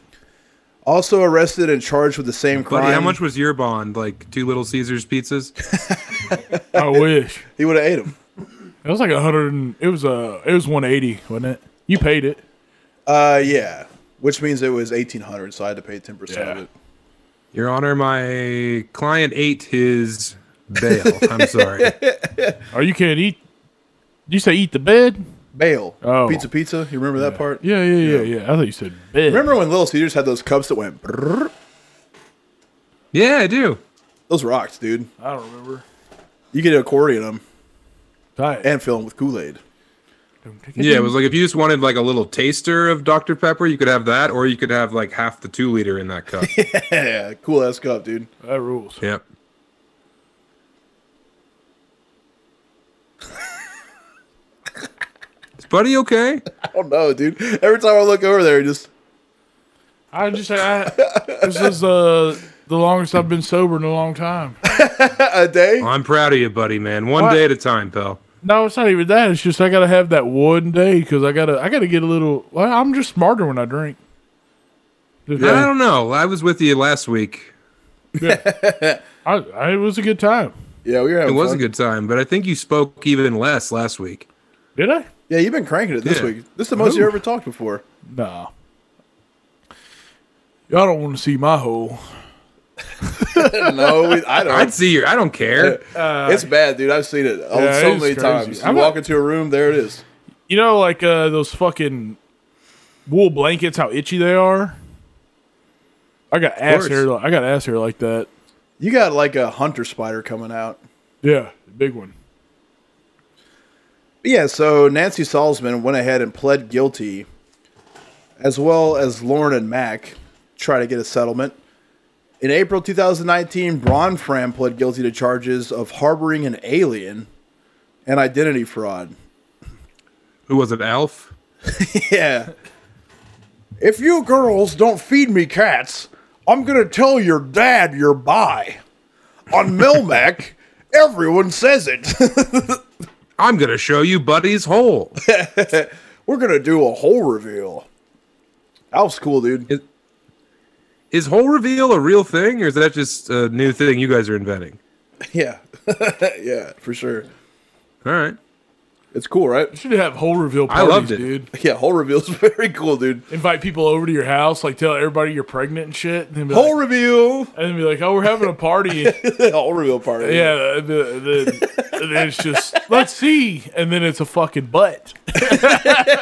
[SPEAKER 1] Also arrested and charged with the same crime.
[SPEAKER 2] Buddy, how much was your bond? Like two Little Caesars pizzas?
[SPEAKER 3] I wish.
[SPEAKER 1] he would have ate him.
[SPEAKER 3] It was like a hundred and it was uh it was one eighty, wasn't it? You paid it.
[SPEAKER 1] Uh, yeah. Which means it was 1800 so I had to pay 10% of
[SPEAKER 3] Yeah.
[SPEAKER 1] it.
[SPEAKER 2] Your Honor, my client ate his bail. I'm sorry.
[SPEAKER 3] Oh, you can't eat. You say eat the bed?
[SPEAKER 1] Bail.
[SPEAKER 3] Oh.
[SPEAKER 1] Pizza Pizza. You remember that part?
[SPEAKER 3] Yeah, yeah, yeah, yeah. I thought you said bed.
[SPEAKER 1] Remember when Little Caesars had those cups that went brrrr?
[SPEAKER 2] Yeah, I do.
[SPEAKER 1] Those rocks, dude.
[SPEAKER 3] I don't remember.
[SPEAKER 1] You could accordion them
[SPEAKER 3] Tight.
[SPEAKER 1] and fill them with Kool Aid.
[SPEAKER 2] Yeah, it was like if you just wanted like a little taster of Dr. Pepper, you could have that, or you could have like half the two liter in that cup.
[SPEAKER 1] Yeah, cool ass cup, dude.
[SPEAKER 3] that rules.
[SPEAKER 2] yep. Is Buddy okay?
[SPEAKER 1] I don't know, dude. Every time I look over there, just
[SPEAKER 3] I just I, this is uh the longest I've been sober in a long time.
[SPEAKER 1] a day.
[SPEAKER 2] I'm proud of you, buddy, man. One
[SPEAKER 3] What?
[SPEAKER 2] day at a time, pal.
[SPEAKER 3] No, it's not even that. It's just I gotta have that one day because I gotta I gotta get a little. Well, I'm just smarter when I drink. Just-
[SPEAKER 2] I don't know. I was with you last week.
[SPEAKER 3] I, I, it was a good time.
[SPEAKER 1] Yeah, we were
[SPEAKER 2] It
[SPEAKER 1] having
[SPEAKER 2] was a
[SPEAKER 1] fun.
[SPEAKER 2] good time, but I think you spoke even less last week.
[SPEAKER 3] Did I?
[SPEAKER 1] Yeah, you've been cranking it this
[SPEAKER 2] Yeah.
[SPEAKER 1] week. This is the most you
[SPEAKER 2] Ooh.
[SPEAKER 1] ever talked before.
[SPEAKER 3] No. Y'all don't want to see my hole.
[SPEAKER 1] no, we, I Uh,
[SPEAKER 2] I'd
[SPEAKER 1] don't.
[SPEAKER 2] see your. I don't care.
[SPEAKER 1] it's bad, dude. I've seen it oh,
[SPEAKER 3] Yeah,
[SPEAKER 1] so
[SPEAKER 3] it is
[SPEAKER 1] many
[SPEAKER 3] crazy.
[SPEAKER 1] times. You
[SPEAKER 3] I'm
[SPEAKER 1] walk
[SPEAKER 3] not-
[SPEAKER 1] into a room, there it is.
[SPEAKER 3] You know, like uh, those fucking wool blankets, how itchy they are. I got ass
[SPEAKER 2] course.
[SPEAKER 3] hair. li- I got ass hair like that.
[SPEAKER 1] You got like a hunter spider coming out.
[SPEAKER 3] Yeah, big one.
[SPEAKER 1] But yeah, so Nancy Salzman went ahead and pled guilty, as well as Lauren and Mac try to get a settlement. In April 2019, Bronfram pled guilty to charges of harboring an alien and identity fraud.
[SPEAKER 2] Who was it? Alf.
[SPEAKER 1] Yeah. If you girls don't feed me cats, I'm going to tell your dad you're bi. On Melmac, everyone says it.
[SPEAKER 2] I'm gonna show you Buddy's hole.
[SPEAKER 1] We're going to do a whole reveal. That was cool, dude.
[SPEAKER 2] Is hole reveal a real thing, or is that just a new thing you guys are inventing?
[SPEAKER 1] Yeah. yeah, for sure.
[SPEAKER 2] All right.
[SPEAKER 1] It's cool, right?
[SPEAKER 3] Should have whole reveal
[SPEAKER 2] I
[SPEAKER 3] parties,
[SPEAKER 2] loved it.
[SPEAKER 3] dude.
[SPEAKER 1] Yeah, whole reveal's very cool, dude.
[SPEAKER 3] Invite people over to your house, like tell everybody you're pregnant and shit, and then be,
[SPEAKER 1] Whole
[SPEAKER 3] like,
[SPEAKER 1] reveal.
[SPEAKER 3] and then be like, "Oh, we're having a party." yeah,
[SPEAKER 1] whole reveal party.
[SPEAKER 3] the, the, and then it's just let's see, and then it's a fucking butt.
[SPEAKER 2] Yeah,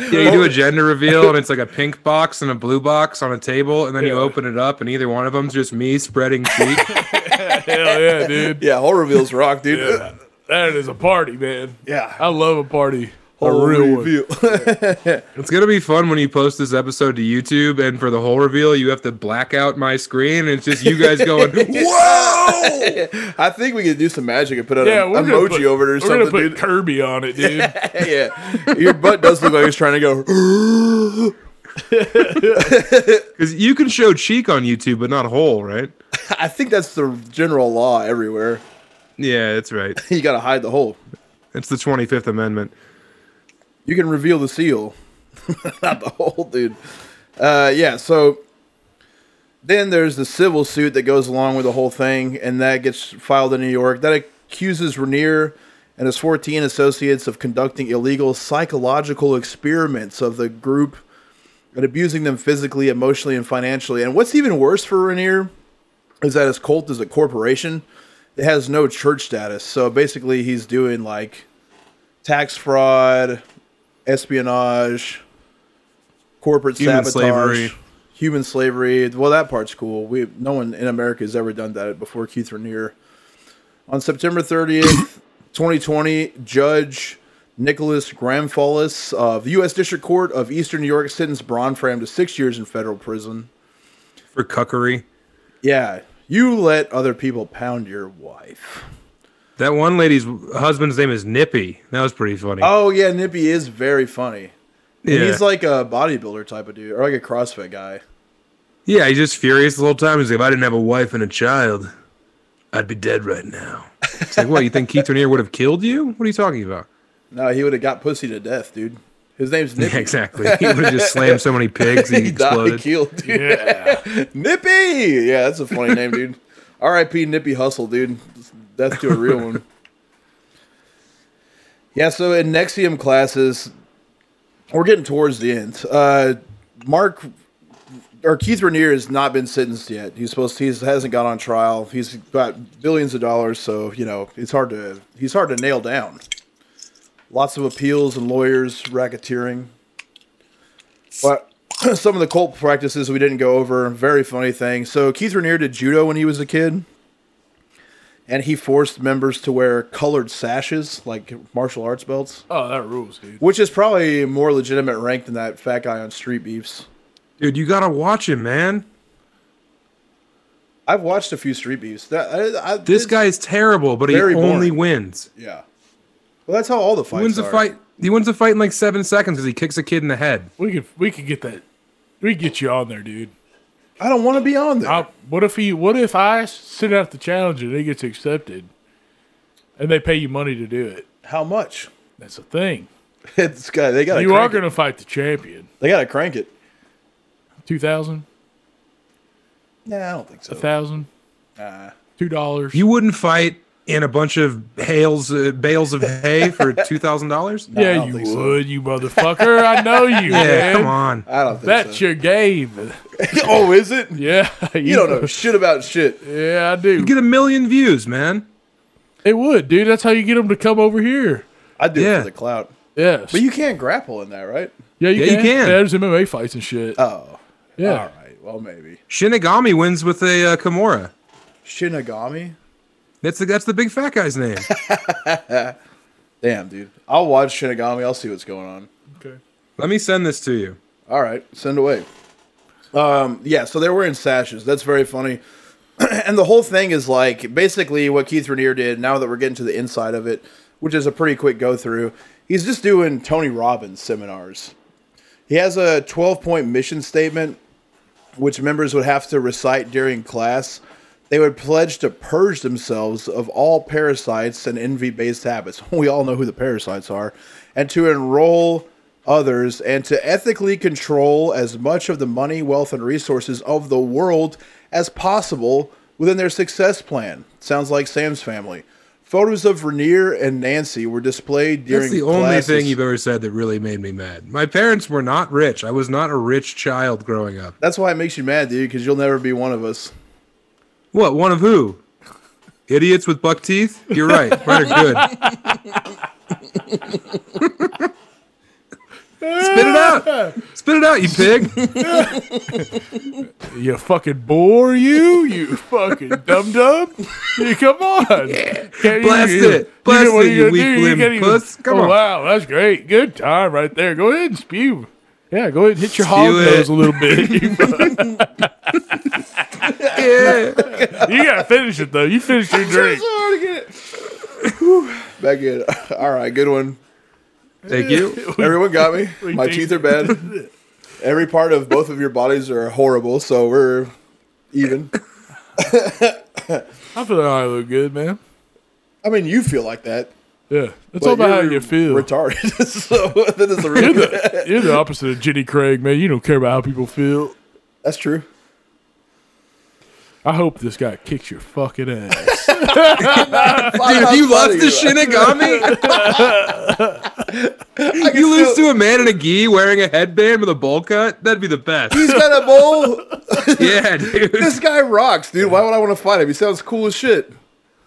[SPEAKER 2] you do a gender reveal, and it's like a pink box and a blue box on a table, and then you
[SPEAKER 3] Yeah.
[SPEAKER 2] open it up, and either one of them's just me spreading cheek.
[SPEAKER 3] Hell yeah, dude!
[SPEAKER 1] Yeah, whole reveals rock, dude.
[SPEAKER 3] That is a party, man.
[SPEAKER 1] Yeah.
[SPEAKER 3] I love a party.
[SPEAKER 1] whole
[SPEAKER 3] real one.
[SPEAKER 1] review.
[SPEAKER 2] It's gonna be fun when you post this episode to YouTube, and for the whole reveal, you have to black out my screen, and it's just you guys going, "Whoa!"
[SPEAKER 1] I think we could do some magic and put out
[SPEAKER 3] Yeah,
[SPEAKER 1] an
[SPEAKER 3] we're gonna
[SPEAKER 1] emoji
[SPEAKER 3] put,
[SPEAKER 1] over it or
[SPEAKER 3] we're gonna
[SPEAKER 1] something.
[SPEAKER 3] put
[SPEAKER 1] dude.
[SPEAKER 3] Kirby on it, dude.
[SPEAKER 1] yeah, your butt does look like it's trying to go.
[SPEAKER 2] Because you can show cheek on YouTube, but not whole, right?
[SPEAKER 1] I think that's the general law everywhere.
[SPEAKER 2] Yeah, that's right.
[SPEAKER 1] You gotta hide the hole.
[SPEAKER 2] It's the Twenty Fifth Amendment.
[SPEAKER 1] You can reveal the seal, not the whole dude. Uh, yeah. So then there's the civil suit that goes along with the whole thing, and that gets filed in New York. That accuses Rainier and his 14 associates of conducting illegal psychological experiments of the group and abusing them physically, emotionally, and financially. And what's even worse for Rainier is that his cult is a corporation that has no church status. So basically, he's doing like tax fraud, espionage, corporate
[SPEAKER 2] Human
[SPEAKER 1] sabotage,
[SPEAKER 2] slavery.
[SPEAKER 1] human slavery. Well, that part's cool. We no one in America has ever done that before Keith Rainier. On September 30th, 2020, Judge Nicholas Gramfolis of the U.S. District Court of Eastern New York sentenced Bronfram to six years in federal prison.
[SPEAKER 2] for cuckery.
[SPEAKER 1] Yeah, you let other people pound your wife.
[SPEAKER 2] That one lady's husband's name is Nippy. That was pretty funny.
[SPEAKER 1] Oh yeah, Nippy is very funny.
[SPEAKER 2] yeah.
[SPEAKER 1] He's like a bodybuilder type of dude, or like a CrossFit guy.
[SPEAKER 2] yeah, he's just furious the whole time. He's like, if I didn't have a wife and a child, I'd be dead right now. It's like, what? You think Keith Rainier would have killed you? What are you talking about?
[SPEAKER 1] No, he would have got pussy to death, dude. His name's
[SPEAKER 2] Yeah,
[SPEAKER 1] Nippy.
[SPEAKER 2] exactly. He would have just slammed so many pigs he,
[SPEAKER 1] He died
[SPEAKER 2] exploded.
[SPEAKER 1] killed, dude.
[SPEAKER 3] yeah.
[SPEAKER 1] Nippy. Yeah, that's a funny name, dude. R.I.P. Nippy Hustle, dude. That's to a real one. Yeah, so in Nexium classes, we're getting towards the end. Uh, Mark or Keith Rainier has not been sentenced yet. He's supposed to, he hasn't got on trial. He's got billions of dollars, so you know it's hard to he's hard to nail down. Lots of appeals and lawyers, racketeering. But some of the cult practices we didn't go over. Very funny thing. So Keith Rainier did judo when he was a kid, and he forced members to wear colored sashes, like martial arts belts,
[SPEAKER 3] Oh, that rules, dude.
[SPEAKER 1] which is probably a more legitimate rank than that fat guy on Street Beefs.
[SPEAKER 2] Dude, you gotta watch him, man.
[SPEAKER 1] I've watched a few Street Beefs. That I, I,
[SPEAKER 2] This
[SPEAKER 1] it's-
[SPEAKER 2] guy is terrible, but he
[SPEAKER 1] Very
[SPEAKER 2] only
[SPEAKER 1] boring.
[SPEAKER 2] wins.
[SPEAKER 1] yeah. Well, that's how all the fights.
[SPEAKER 2] He wins a
[SPEAKER 1] are.
[SPEAKER 2] fight. He wins a fight in like seven seconds because he kicks a kid in the head.
[SPEAKER 3] We could we could get that. We could get you on there, dude.
[SPEAKER 1] I don't want to be on there.
[SPEAKER 3] I, what if he? What if I send out the challenge and it gets accepted, and they pay you money to do it?
[SPEAKER 1] how much?
[SPEAKER 3] That's the thing.
[SPEAKER 1] this guy. They got.
[SPEAKER 3] you are
[SPEAKER 1] It.
[SPEAKER 3] going to fight the champion.
[SPEAKER 1] They got to crank it.
[SPEAKER 3] Two thousand,
[SPEAKER 1] Nah, I don't think
[SPEAKER 3] a
[SPEAKER 1] so.
[SPEAKER 3] thousand,
[SPEAKER 1] Nah.
[SPEAKER 3] two dollars.
[SPEAKER 2] You wouldn't fight in a bunch of hails, uh, bales of hay for two thousand dollars?
[SPEAKER 1] I
[SPEAKER 3] yeah,
[SPEAKER 1] don't
[SPEAKER 3] you
[SPEAKER 1] think so.
[SPEAKER 3] would, you motherfucker. I know you.
[SPEAKER 2] Yeah,
[SPEAKER 3] man.
[SPEAKER 2] come on.
[SPEAKER 1] I don't think
[SPEAKER 3] That's
[SPEAKER 1] so.
[SPEAKER 3] your game.
[SPEAKER 1] oh, is it?
[SPEAKER 3] Yeah,
[SPEAKER 1] You don't know shit about shit.
[SPEAKER 3] Yeah, I do.
[SPEAKER 2] You get a million views, man.
[SPEAKER 3] It would, dude. That's how you get them to come over here.
[SPEAKER 1] I do it
[SPEAKER 2] Yeah.
[SPEAKER 1] for the clout.
[SPEAKER 3] Yes.
[SPEAKER 1] But you can't grapple in that, right?
[SPEAKER 3] yeah, you
[SPEAKER 2] Yeah, you
[SPEAKER 3] can.
[SPEAKER 2] can. Uh,
[SPEAKER 3] Yeah, there's MMA fights and shit.
[SPEAKER 1] Oh.
[SPEAKER 3] yeah.
[SPEAKER 1] All right. Well, maybe.
[SPEAKER 2] Shinigami wins with a uh, Kimura.
[SPEAKER 1] Shinigami?
[SPEAKER 2] That's the that's the big fat guy's name.
[SPEAKER 1] Damn, dude. I'll watch Shinigami. I'll see what's going on.
[SPEAKER 3] Okay.
[SPEAKER 2] Let me send this to you.
[SPEAKER 1] All right. Send away. Um, yeah, so they're wearing sashes. That's very funny. and the whole thing is like basically what Keith Rainier did, now that we're getting to the inside of it, which is a pretty quick go through, he's just doing Tony Robbins seminars. He has a 12 point mission statement, which members would have to recite during class. They would pledge to purge themselves of all parasites and envy based habits. We all know who the parasites are. And to enroll others and to ethically control as much of the money, wealth, and resources of the world as possible within their success plan. Sounds like Sam's family. Photos of Rainier and Nancy were displayed during
[SPEAKER 2] That's the only
[SPEAKER 1] classes.
[SPEAKER 2] thing you've ever said that really made me mad. My parents were not rich. I was not a rich child growing up.
[SPEAKER 1] That's why it makes you mad, dude, because you'll never be one of us.
[SPEAKER 2] What? One of who? Idiots with buck teeth? You're right. Mine are good. Spit it out. Spit it out, you pig.
[SPEAKER 3] You fucking bore you, you fucking dum dum. You come on, Can't
[SPEAKER 2] Blast
[SPEAKER 3] you,
[SPEAKER 2] it. Blast it,
[SPEAKER 3] what are
[SPEAKER 2] you
[SPEAKER 3] gonna do?
[SPEAKER 2] weak-limbed
[SPEAKER 3] can't even-
[SPEAKER 2] puss. Come
[SPEAKER 3] oh,
[SPEAKER 2] on.
[SPEAKER 3] wow, that's great. Good time right there. Go ahead and spew. Yeah, go ahead and hit your hog
[SPEAKER 2] Spew
[SPEAKER 3] nose
[SPEAKER 2] it.
[SPEAKER 3] a little bit. You,
[SPEAKER 2] Yeah.
[SPEAKER 3] you gotta finish it though. You finish your drink.
[SPEAKER 1] hard to get it. Whew. Back in. All right, good one.
[SPEAKER 2] Thank you.
[SPEAKER 1] Everyone got me.
[SPEAKER 3] We
[SPEAKER 1] My
[SPEAKER 3] did.
[SPEAKER 1] teeth are bad. Every part of both of your bodies are horrible, so we're even.
[SPEAKER 3] I feel like I look good, man.
[SPEAKER 1] I mean, you feel like that.
[SPEAKER 3] Yeah, it's
[SPEAKER 1] but
[SPEAKER 3] all about how
[SPEAKER 1] you're
[SPEAKER 3] you feel.
[SPEAKER 1] Retarded. so that is a
[SPEAKER 3] you're,
[SPEAKER 1] real.
[SPEAKER 3] the, you're the opposite of Jenny Craig, man. You don't care about how people feel.
[SPEAKER 1] That's true.
[SPEAKER 3] I hope this guy kicks your fucking ass.
[SPEAKER 1] Dude,
[SPEAKER 2] If you lost the Shinigami, you lose to a man in a gi wearing a headband with a bowl cut. That'd be the best.
[SPEAKER 1] He's got a bowl.
[SPEAKER 2] Yeah, dude.
[SPEAKER 1] this guy rocks, dude. Why would I want to fight him? He sounds cool as shit.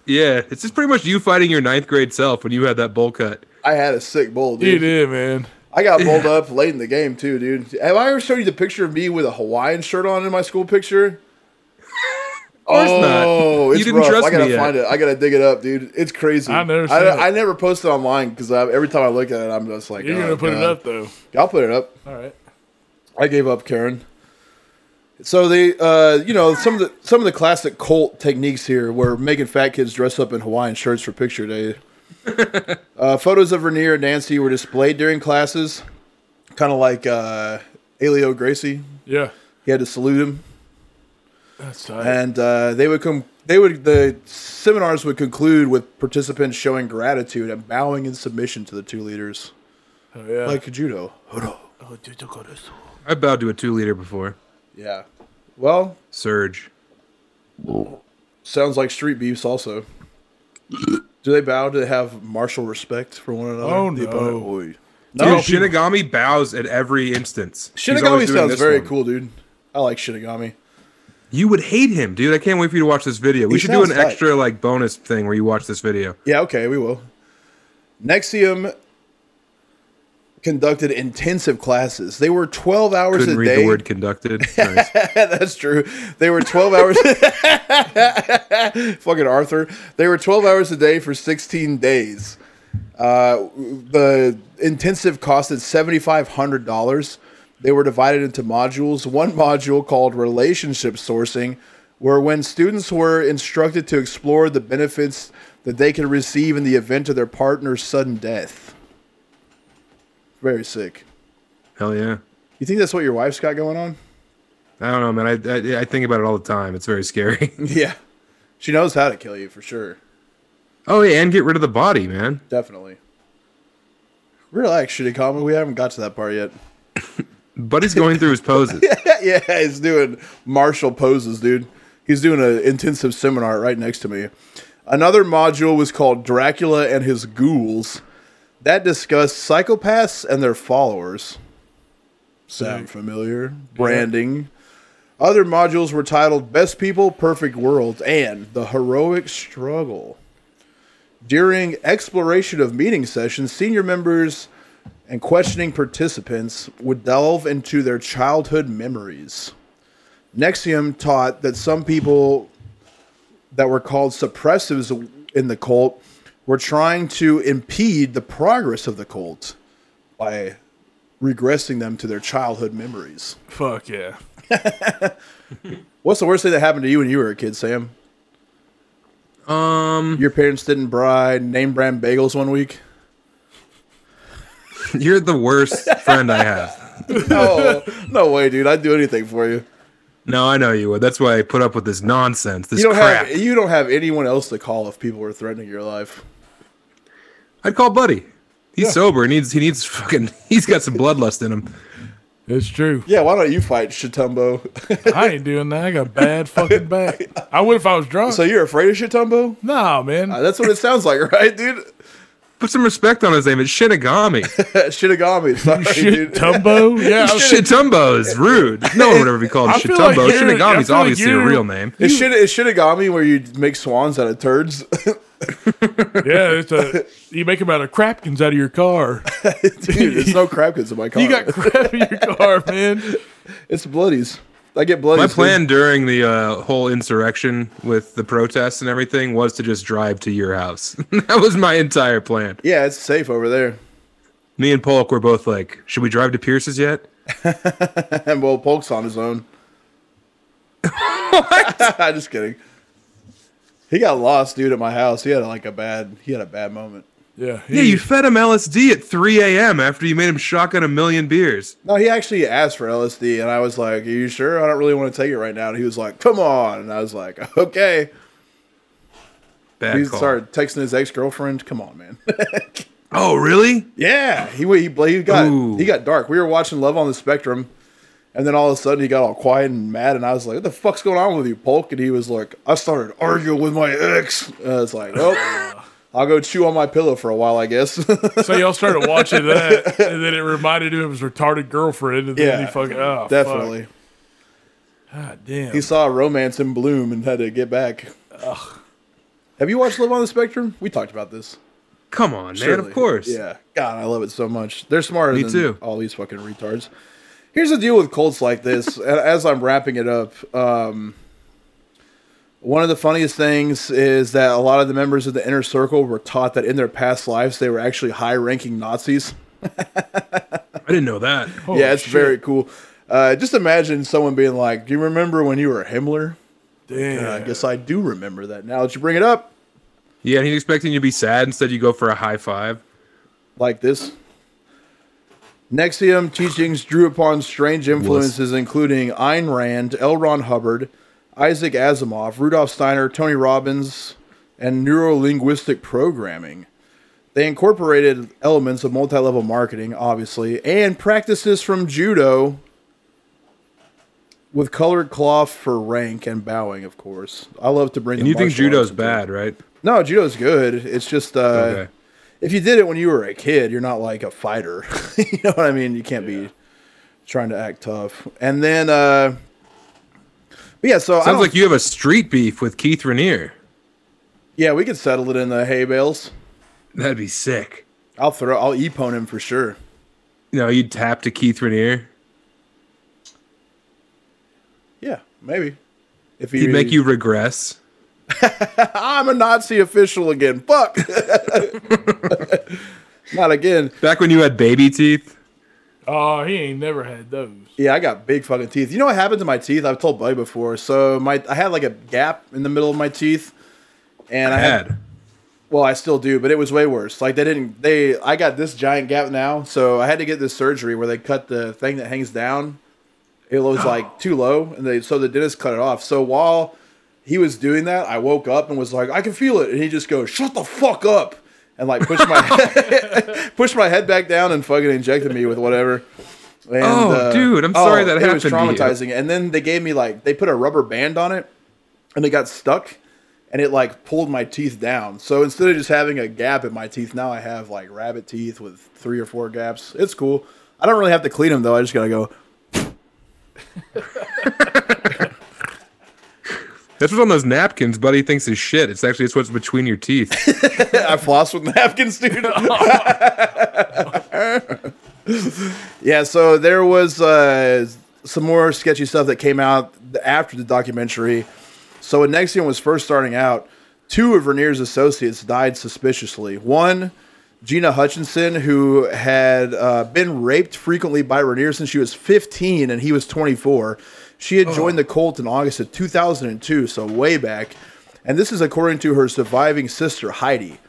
[SPEAKER 2] Yeah, it's just pretty much you fighting your ninth grade self when you had that bowl cut.
[SPEAKER 1] I had a sick bowl, dude.
[SPEAKER 3] you did, man.
[SPEAKER 1] I got bowled up late in the game too, dude. Have I ever showed you the picture of me with a Hawaiian shirt on in my school picture?
[SPEAKER 2] course not.
[SPEAKER 1] oh,
[SPEAKER 2] You
[SPEAKER 1] it's
[SPEAKER 2] didn't
[SPEAKER 1] rough.
[SPEAKER 2] trust
[SPEAKER 1] I gotta
[SPEAKER 2] me yet.
[SPEAKER 1] find it. I gotta dig it up, dude. It's crazy.
[SPEAKER 3] I've never seen
[SPEAKER 1] I,
[SPEAKER 3] it.
[SPEAKER 1] I never post it online because every time I look at it, I'm just like,
[SPEAKER 3] You're
[SPEAKER 1] oh,
[SPEAKER 3] gonna put it
[SPEAKER 1] God.
[SPEAKER 3] up though.
[SPEAKER 1] I'll put it up.
[SPEAKER 3] All right.
[SPEAKER 1] I gave up, Karen. So they, uh, you know, some of the some of the classic cult techniques here were making fat kids dress up in Hawaiian shirts for picture day. uh, photos of Rainier and Nancy were displayed during classes, kind of like uh, Elio Gracie.
[SPEAKER 3] Yeah.
[SPEAKER 1] He had to salute him,
[SPEAKER 3] That's tight.
[SPEAKER 1] and uh, they would come. They would the seminars would conclude with participants showing gratitude and bowing in submission to the two leaders,
[SPEAKER 3] Oh, yeah. Oh,
[SPEAKER 1] like judo.
[SPEAKER 2] I bowed to a two liter before.
[SPEAKER 1] Yeah. Well,
[SPEAKER 2] Surge.
[SPEAKER 1] Sounds like street beefs also. Do they bow? Do they have martial respect for one another?
[SPEAKER 3] Oh,
[SPEAKER 1] The
[SPEAKER 3] no.
[SPEAKER 1] opponent? Oy.
[SPEAKER 2] Dude,
[SPEAKER 1] No.
[SPEAKER 2] Shinigami bows at every instance. He's always
[SPEAKER 1] Oh, Shinigami
[SPEAKER 2] doing
[SPEAKER 1] sounds
[SPEAKER 2] this
[SPEAKER 1] very
[SPEAKER 2] one.
[SPEAKER 1] cool, dude. I like Shinigami.
[SPEAKER 2] You would hate him, dude. I can't wait for you to watch this video. We
[SPEAKER 1] He
[SPEAKER 2] should do an
[SPEAKER 1] sounds tight.
[SPEAKER 2] extra like bonus thing where you watch this video.
[SPEAKER 1] Yeah, okay, we will. Nexium conducted intensive classes. They were 12 hours
[SPEAKER 2] Couldn't
[SPEAKER 1] a
[SPEAKER 2] read
[SPEAKER 1] day.
[SPEAKER 2] the word conducted. Nice.
[SPEAKER 1] That's true. They were 12 hours. Fucking Arthur. They were 12 hours a day for 16 days. Uh, the intensive costed $7,500. They were divided into modules. One module called Relationship Sourcing, where when students were instructed to explore the benefits that they could receive in the event of their partner's sudden death. Very sick.
[SPEAKER 2] Hell yeah.
[SPEAKER 1] You think that's what your wife's got going on?
[SPEAKER 2] I don't know, man. I, I I think about it all the time. It's very scary.
[SPEAKER 1] Yeah. She knows how to kill you for sure.
[SPEAKER 2] oh yeah, and get rid of the body, man.
[SPEAKER 1] Definitely. Relax, shitty comic. We haven't got to that part yet.
[SPEAKER 2] Buddy's going through his poses.
[SPEAKER 1] yeah, he's doing martial poses, dude. He's doing an intensive seminar right next to me. Another module was called Dracula and His Ghouls. That discussed psychopaths and their followers. Sound familiar? Branding. Other modules were titled Best People, Perfect Worlds, and The Heroic Struggle. During exploration of meeting sessions, senior members and questioning participants would delve into their childhood memories. Nexium taught that some people that were called suppressives in the cult were trying to impede the progress of the cult by regressing them to their childhood memories.
[SPEAKER 3] Fuck yeah.
[SPEAKER 1] What's the worst thing that happened to you when you were a kid, Sam?
[SPEAKER 2] Um,
[SPEAKER 1] Your parents didn't bribe name brand bagels one week?
[SPEAKER 2] you're the worst friend I have.
[SPEAKER 1] No, no way, dude. I'd do anything for you.
[SPEAKER 2] No, I know you would. That's why I put up with this nonsense, this
[SPEAKER 1] You don't
[SPEAKER 2] crap.
[SPEAKER 1] have you don't have anyone else to call if people are threatening your life.
[SPEAKER 2] I'd call Buddy. He's sober. He needs he needs fucking he's got some bloodlust in him.
[SPEAKER 3] It's true.
[SPEAKER 1] Yeah, why don't you fight Shitumbo?
[SPEAKER 3] I ain't doing that. I got a bad fucking back. I would if I was drunk.
[SPEAKER 1] so you're afraid of Shitumbo?
[SPEAKER 3] nah, man.
[SPEAKER 1] Uh, That's what it sounds like, right, dude?
[SPEAKER 2] Put some respect on his name. It's Shinigami.
[SPEAKER 1] Shinigami. Sorry,
[SPEAKER 3] Shit,
[SPEAKER 1] dude.
[SPEAKER 3] Tumbo. Yeah. I was-
[SPEAKER 2] Shitumbo is rude. No one would ever be called
[SPEAKER 3] I feel like
[SPEAKER 2] Shitumbo.
[SPEAKER 3] you're- I
[SPEAKER 2] Shinigami's
[SPEAKER 3] feel like
[SPEAKER 2] obviously a
[SPEAKER 3] you're-
[SPEAKER 2] real name.
[SPEAKER 1] Is, Shin- is Shinigami where you make swans out of turds?
[SPEAKER 3] Yeah, it's a you make them out of crapkins out of your car.
[SPEAKER 1] Dude, there's no crapkins in my car.
[SPEAKER 3] You got crap in your car, man.
[SPEAKER 1] it's bloodies. I get bloodies.
[SPEAKER 2] My
[SPEAKER 1] dude.
[SPEAKER 2] plan during the uh, whole insurrection with the protests and everything was to just drive to your house. that was my entire plan.
[SPEAKER 1] Yeah, it's safe over there.
[SPEAKER 2] Me and Polk were both like, "Should we drive to Pierce's yet?"
[SPEAKER 1] And well, Polk's on his own. I'm just kidding. He got lost, dude, at my house. He had like a bad. He had a bad moment.
[SPEAKER 3] Yeah,
[SPEAKER 2] Yeah,
[SPEAKER 3] he-
[SPEAKER 2] you fed him LSD at 3 a.m. after you made him shotgun a million beers.
[SPEAKER 1] No, he actually asked for LSD, and I was like, "Are you sure? I don't really want to take it right now." And he was like, "Come on," and I was like, "Okay."
[SPEAKER 2] Bad
[SPEAKER 1] He
[SPEAKER 2] call.
[SPEAKER 1] started texting his ex girlfriend. Come on, man.
[SPEAKER 2] Oh, really?
[SPEAKER 1] yeah, he he, he got
[SPEAKER 2] Ooh.
[SPEAKER 1] he got dark. We were watching Love on the Spectrum, and then all of a sudden he got all quiet and mad, and I was like, "What the fuck's going on with you, Polk?" And he was like, "I started arguing with my ex." And I was like, "Well, I'll go chew on my pillow for a while, I guess."
[SPEAKER 3] so y'all started watching that, and then it reminded him of his retarded girlfriend, and then
[SPEAKER 1] Yeah,
[SPEAKER 3] he fucking oh, fuck.
[SPEAKER 1] Definitely,
[SPEAKER 3] God damn.
[SPEAKER 1] he saw romance in bloom and had to get back. Have you watched Love on the Spectrum? We talked about this.
[SPEAKER 2] Come on, man.
[SPEAKER 1] Surely.
[SPEAKER 2] Of course.
[SPEAKER 1] Yeah. God, I love it so much. They're smarter
[SPEAKER 2] Me
[SPEAKER 1] than
[SPEAKER 2] too.
[SPEAKER 1] all these fucking retards. Here's the deal with Colts like this. and as I'm wrapping it up, um, one of the funniest things is that a lot of the members of the inner circle were taught that in their past lives they were actually high-ranking Nazis.
[SPEAKER 2] I didn't know that.
[SPEAKER 1] yeah, it's very cool. Uh, just imagine someone being like, "Do you remember when you were Himmler?" Uh,
[SPEAKER 3] damn.
[SPEAKER 1] I guess I do remember that. Now that you bring it up,
[SPEAKER 2] Yeah, and he's expecting you to be sad. Instead, you go for a high five.
[SPEAKER 1] like this. Nexium teachings drew upon strange influences including Ayn Rand, L. Ron Hubbard, Isaac Asimov, Rudolf Steiner, Tony Robbins, and neurolinguistic programming. They incorporated elements of multi level marketing, obviously, and practices from judo with colored cloth for rank and bowing, of course. I love to bring
[SPEAKER 2] And
[SPEAKER 1] the
[SPEAKER 2] you think
[SPEAKER 1] martial arts
[SPEAKER 2] judo's
[SPEAKER 1] into it.
[SPEAKER 2] bad, right?
[SPEAKER 1] No, judo's good. It's just uh,
[SPEAKER 2] Okay.
[SPEAKER 1] if you did it when you were a kid, you're not like a fighter. you know what I mean? You can't be trying to act tough. And then, uh, but yeah, so I
[SPEAKER 2] Sounds
[SPEAKER 1] don't-
[SPEAKER 2] like you have a street beef with Keith Rainier.
[SPEAKER 1] yeah, we could settle it in the hay bales.
[SPEAKER 2] That'd be sick.
[SPEAKER 1] I'll throw, I'll epone him for sure.
[SPEAKER 2] You know, you'd tap to Keith Rainier.
[SPEAKER 1] Yeah, maybe. If he,
[SPEAKER 2] He'd make you regress.
[SPEAKER 1] I'm a Nazi official again. Fuck. not again.
[SPEAKER 2] Back when you had baby teeth.
[SPEAKER 3] Oh, he ain't never had those.
[SPEAKER 1] Yeah, I got big fucking teeth. You know what happened to my teeth? I've told Buddy before. So my, I had like a gap in the middle of my teeth, and I had
[SPEAKER 2] Bad.
[SPEAKER 1] Well, I still do, but it was way worse. Like they didn't they I got this giant gap now, so I had to get this surgery where they cut the thing that hangs down. It was like too low and they so the dentist cut it off. So while he was doing that, I woke up and was like, I can feel it and he just goes, Shut the fuck up and like pushed my pushed my head back down and fucking injected me with whatever. And, uh,
[SPEAKER 2] Oh, dude, I'm sorry
[SPEAKER 1] it
[SPEAKER 2] that
[SPEAKER 1] was
[SPEAKER 2] happened to you.
[SPEAKER 1] traumatizing. And then they gave me like they put a rubber band on it and it got stuck and it like pulled my teeth down. So instead of just having a gap in my teeth, now I have like rabbit teeth with three or four gaps. It's cool. I don't really have to clean them though. I just gotta go.
[SPEAKER 2] That's what's on those napkins. Buddy thinks is shit. It's actually it's what's between your teeth.
[SPEAKER 1] I floss with napkins, dude. yeah. So there was uh, some more sketchy stuff that came out after the documentary. So when Nexium was first starting out, two of Rainier's associates died suspiciously. One, Gina Hutchinson, who had uh, been raped frequently by Rainier since she was 15 and he was 24. She had joined the cult in August of 2002, so way back. And this is according to her surviving sister, Heidi.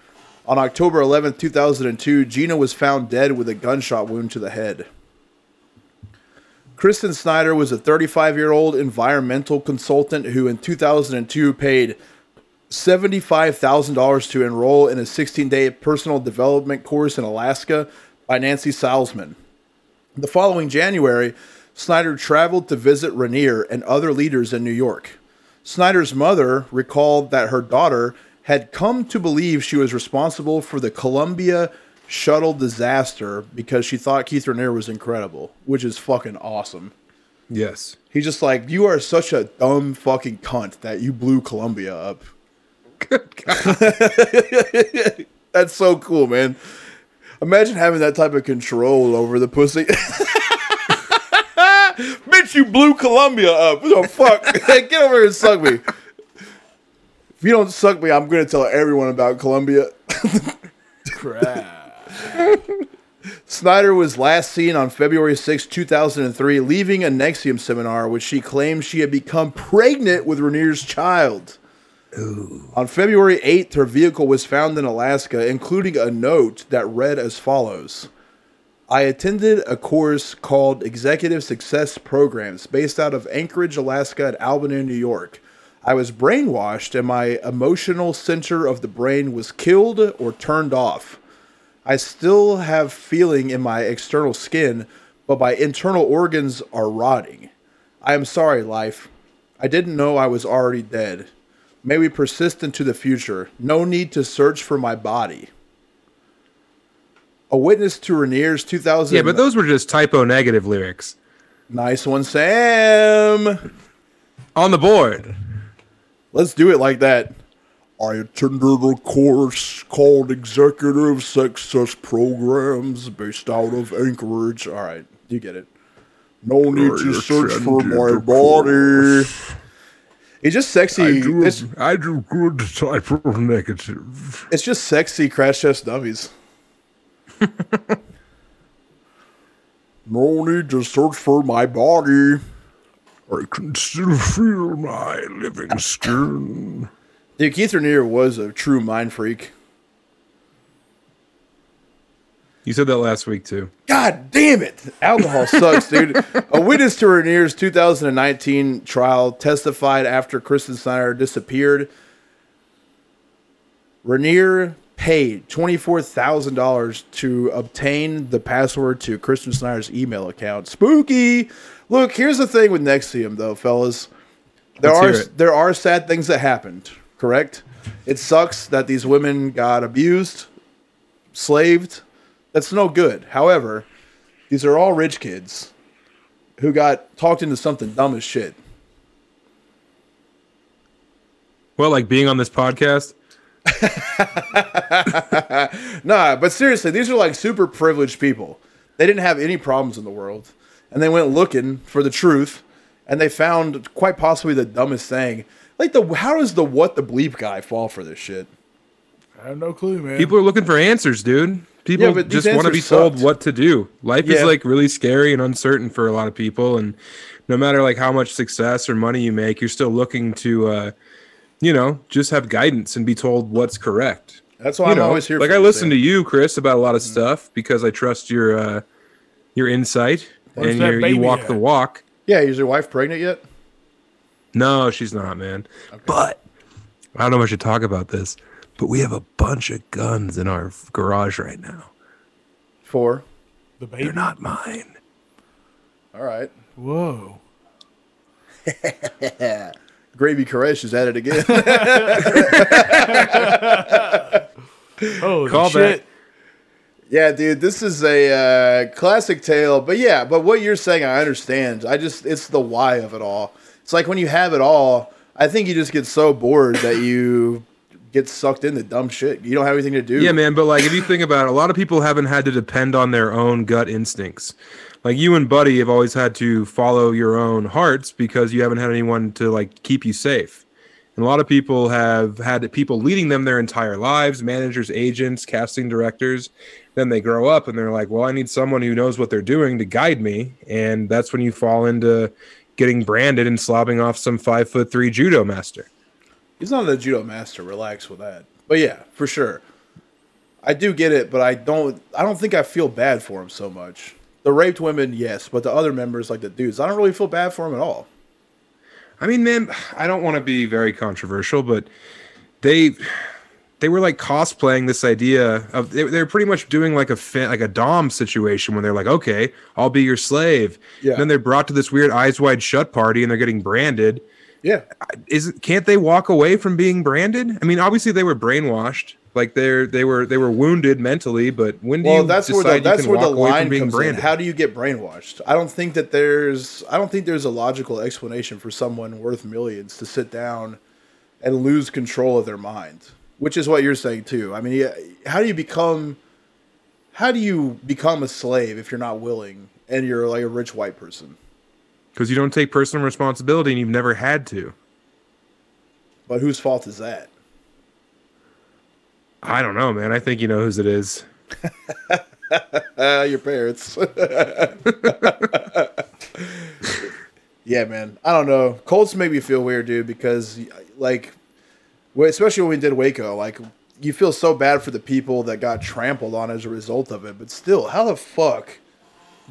[SPEAKER 1] On October 11, 2002, Gina was found dead with a gunshot wound to the head. Kristen Snyder was a 35 year old environmental consultant who in 2002 paid $75,000 to enroll in a 16 day personal development course in Alaska by Nancy Salzman. The following January, Snyder traveled to visit Rainier and other leaders in New York. Snyder's mother recalled that her daughter had come to believe she was responsible for the Columbia shuttle disaster because she thought Keith Rainier was incredible, which is fucking awesome.
[SPEAKER 2] yes.
[SPEAKER 1] He's just like, you are such a dumb fucking cunt that you blew Columbia up.
[SPEAKER 2] Good God.
[SPEAKER 1] That's so cool, man. Imagine having that type of control over the pussy. Bitch, you blew Columbia up. What the fuck? Get over here and suck me. If you don't suck me, I'm gonna tell everyone about Columbia.
[SPEAKER 3] Crap.
[SPEAKER 1] Snyder was last seen on February 6, 2003, leaving a Nexium seminar, which she claimed she had become pregnant with Rainier's child. On February 8th, her vehicle was found in Alaska, including a note that read as follows I attended a course called Executive Success Programs based out of Anchorage, Alaska, and Albany, New York. I was brainwashed, and my emotional center of the brain was killed or turned off. I still have feeling in my external skin, but my internal organs are rotting. I am sorry, life. I didn't know I was already dead. May we persist into the future. No need to search for my body. A witness to Rainier's 2000.
[SPEAKER 2] Yeah, but those were just typo negative lyrics
[SPEAKER 1] nice one, Sam.
[SPEAKER 2] on the board.
[SPEAKER 1] Let's do it like that. I attended a course called Executive Success Programs based out of Anchorage. All right, you get it. No need to search for my body. It's just sexy. It's,
[SPEAKER 2] I do good typo negative.
[SPEAKER 1] it's just sexy crash test dummies. no need to search for my body.
[SPEAKER 2] I can still feel my living skin.
[SPEAKER 1] Dude, Keith Raniere was a true mind freak.
[SPEAKER 2] You said that last week too.
[SPEAKER 1] God damn it. Alcohol sucks, dude. A witness to Rainier's 2019 trial testified after Kristen Snyder disappeared. Rainier paid $24,000 to obtain the password to Kristen Snyder's email account. Spooky. Look, here's the thing with Nexium, though, fellas. There
[SPEAKER 2] Let's
[SPEAKER 1] are
[SPEAKER 2] hear it.
[SPEAKER 1] there are sad things that happened, correct? It sucks that these women got abused, slaved. That's no good. However, these are all rich kids who got talked into something dumb as shit.
[SPEAKER 2] Well, like being on this podcast.
[SPEAKER 1] Nah, but seriously, these are like super privileged people. They didn't have any problems in the world, and they went looking for the truth, and they found quite possibly the dumbest thing. Like the how does the what the bleep guy fall for this shit?
[SPEAKER 3] I have no clue, man.
[SPEAKER 2] People are looking for answers, dude. People
[SPEAKER 1] Yeah, but these
[SPEAKER 2] just want to
[SPEAKER 1] answers
[SPEAKER 2] be told
[SPEAKER 1] sucked.
[SPEAKER 2] what to do. Life
[SPEAKER 1] Yeah.
[SPEAKER 2] is like really scary and uncertain for a lot of people, and no matter like how much success or money you make, you're still looking to, uh, you know, just have guidance and be told what's correct.
[SPEAKER 1] That's why
[SPEAKER 2] You
[SPEAKER 1] I'm
[SPEAKER 2] know,
[SPEAKER 1] always here.
[SPEAKER 2] like
[SPEAKER 1] for
[SPEAKER 2] I
[SPEAKER 1] this,
[SPEAKER 2] listen
[SPEAKER 1] Sam. Mm.
[SPEAKER 2] to you, Chris, about a lot of stuff because I trust your uh, your insight
[SPEAKER 3] Where's
[SPEAKER 2] and
[SPEAKER 3] that
[SPEAKER 2] your, you
[SPEAKER 3] baby
[SPEAKER 2] walk
[SPEAKER 3] at?
[SPEAKER 2] the walk.
[SPEAKER 1] Yeah, is your wife pregnant yet?
[SPEAKER 2] No, she's not, man. But I don't know if I should talk about this, but we have a bunch of guns in our garage right now.
[SPEAKER 1] Four.
[SPEAKER 3] the baby.
[SPEAKER 2] They're not mine.
[SPEAKER 1] All right.
[SPEAKER 3] Whoa.
[SPEAKER 1] Gravy Koresh is at it again.
[SPEAKER 3] Holy
[SPEAKER 2] Call
[SPEAKER 3] shit.
[SPEAKER 2] back.
[SPEAKER 1] yeah, dude, this is a uh, classic tale. But yeah, but what you're saying, I understand. I just, it's the why of it all. It's like when you have it all, I think you just get so bored that you get sucked into dumb shit. You don't have anything to do.
[SPEAKER 2] Yeah, man, but like if you think about it, a lot of people haven't had to depend on their own gut instincts. Like you and Buddy have always had to follow your own hearts because you haven't had anyone to like keep you safe. And a lot of people have had people leading them their entire lives, managers, agents, casting directors. Then they grow up and they're like, "Well, I need someone who knows what they're doing to guide me." And that's when you fall into getting branded and slobbing off some five foot three judo master.
[SPEAKER 1] He's not a judo master. Relax with that. But yeah, for sure. I do get it, but I don't. I don't think I feel bad for him so much. The raped women, yes, but the other members, like the dudes, I don't really feel bad for him at all.
[SPEAKER 2] I mean, man, I don't want to be very controversial, but they they were like cosplaying this idea of they, they're pretty much doing like a fa- like a dom situation when they're like, okay, I'll be your slave.
[SPEAKER 1] Yeah.
[SPEAKER 2] then they're brought to this weird eyes wide shut party and they're getting branded.
[SPEAKER 1] Yeah,
[SPEAKER 2] Is can't they walk away from being branded? I mean, obviously they were brainwashed. Like they're they were they were wounded mentally, but when do
[SPEAKER 1] well,
[SPEAKER 2] you
[SPEAKER 1] that's where
[SPEAKER 2] decide
[SPEAKER 1] the,
[SPEAKER 2] you
[SPEAKER 1] that's
[SPEAKER 2] can
[SPEAKER 1] where the
[SPEAKER 2] walk away
[SPEAKER 1] line
[SPEAKER 2] from being
[SPEAKER 1] comes
[SPEAKER 2] branded?
[SPEAKER 1] in. How do you get brainwashed? I don't think that there's I don't think there's a logical explanation for someone worth millions to sit down and lose control of their mind, which is what you're saying too. I mean, yeah, how do you become how do you become a slave if you're not willing and you're like a rich white person?
[SPEAKER 2] because you don't take personal responsibility and you've never had to.
[SPEAKER 1] But whose fault is that?
[SPEAKER 2] I don't know, man. I think he knows it is.
[SPEAKER 1] Uh, your parents. yeah, man. I don't know. Colts make me feel weird, dude, because like, well, especially when we did Waco, like you feel so bad for the people that got trampled on as a result of it. But still, how the fuck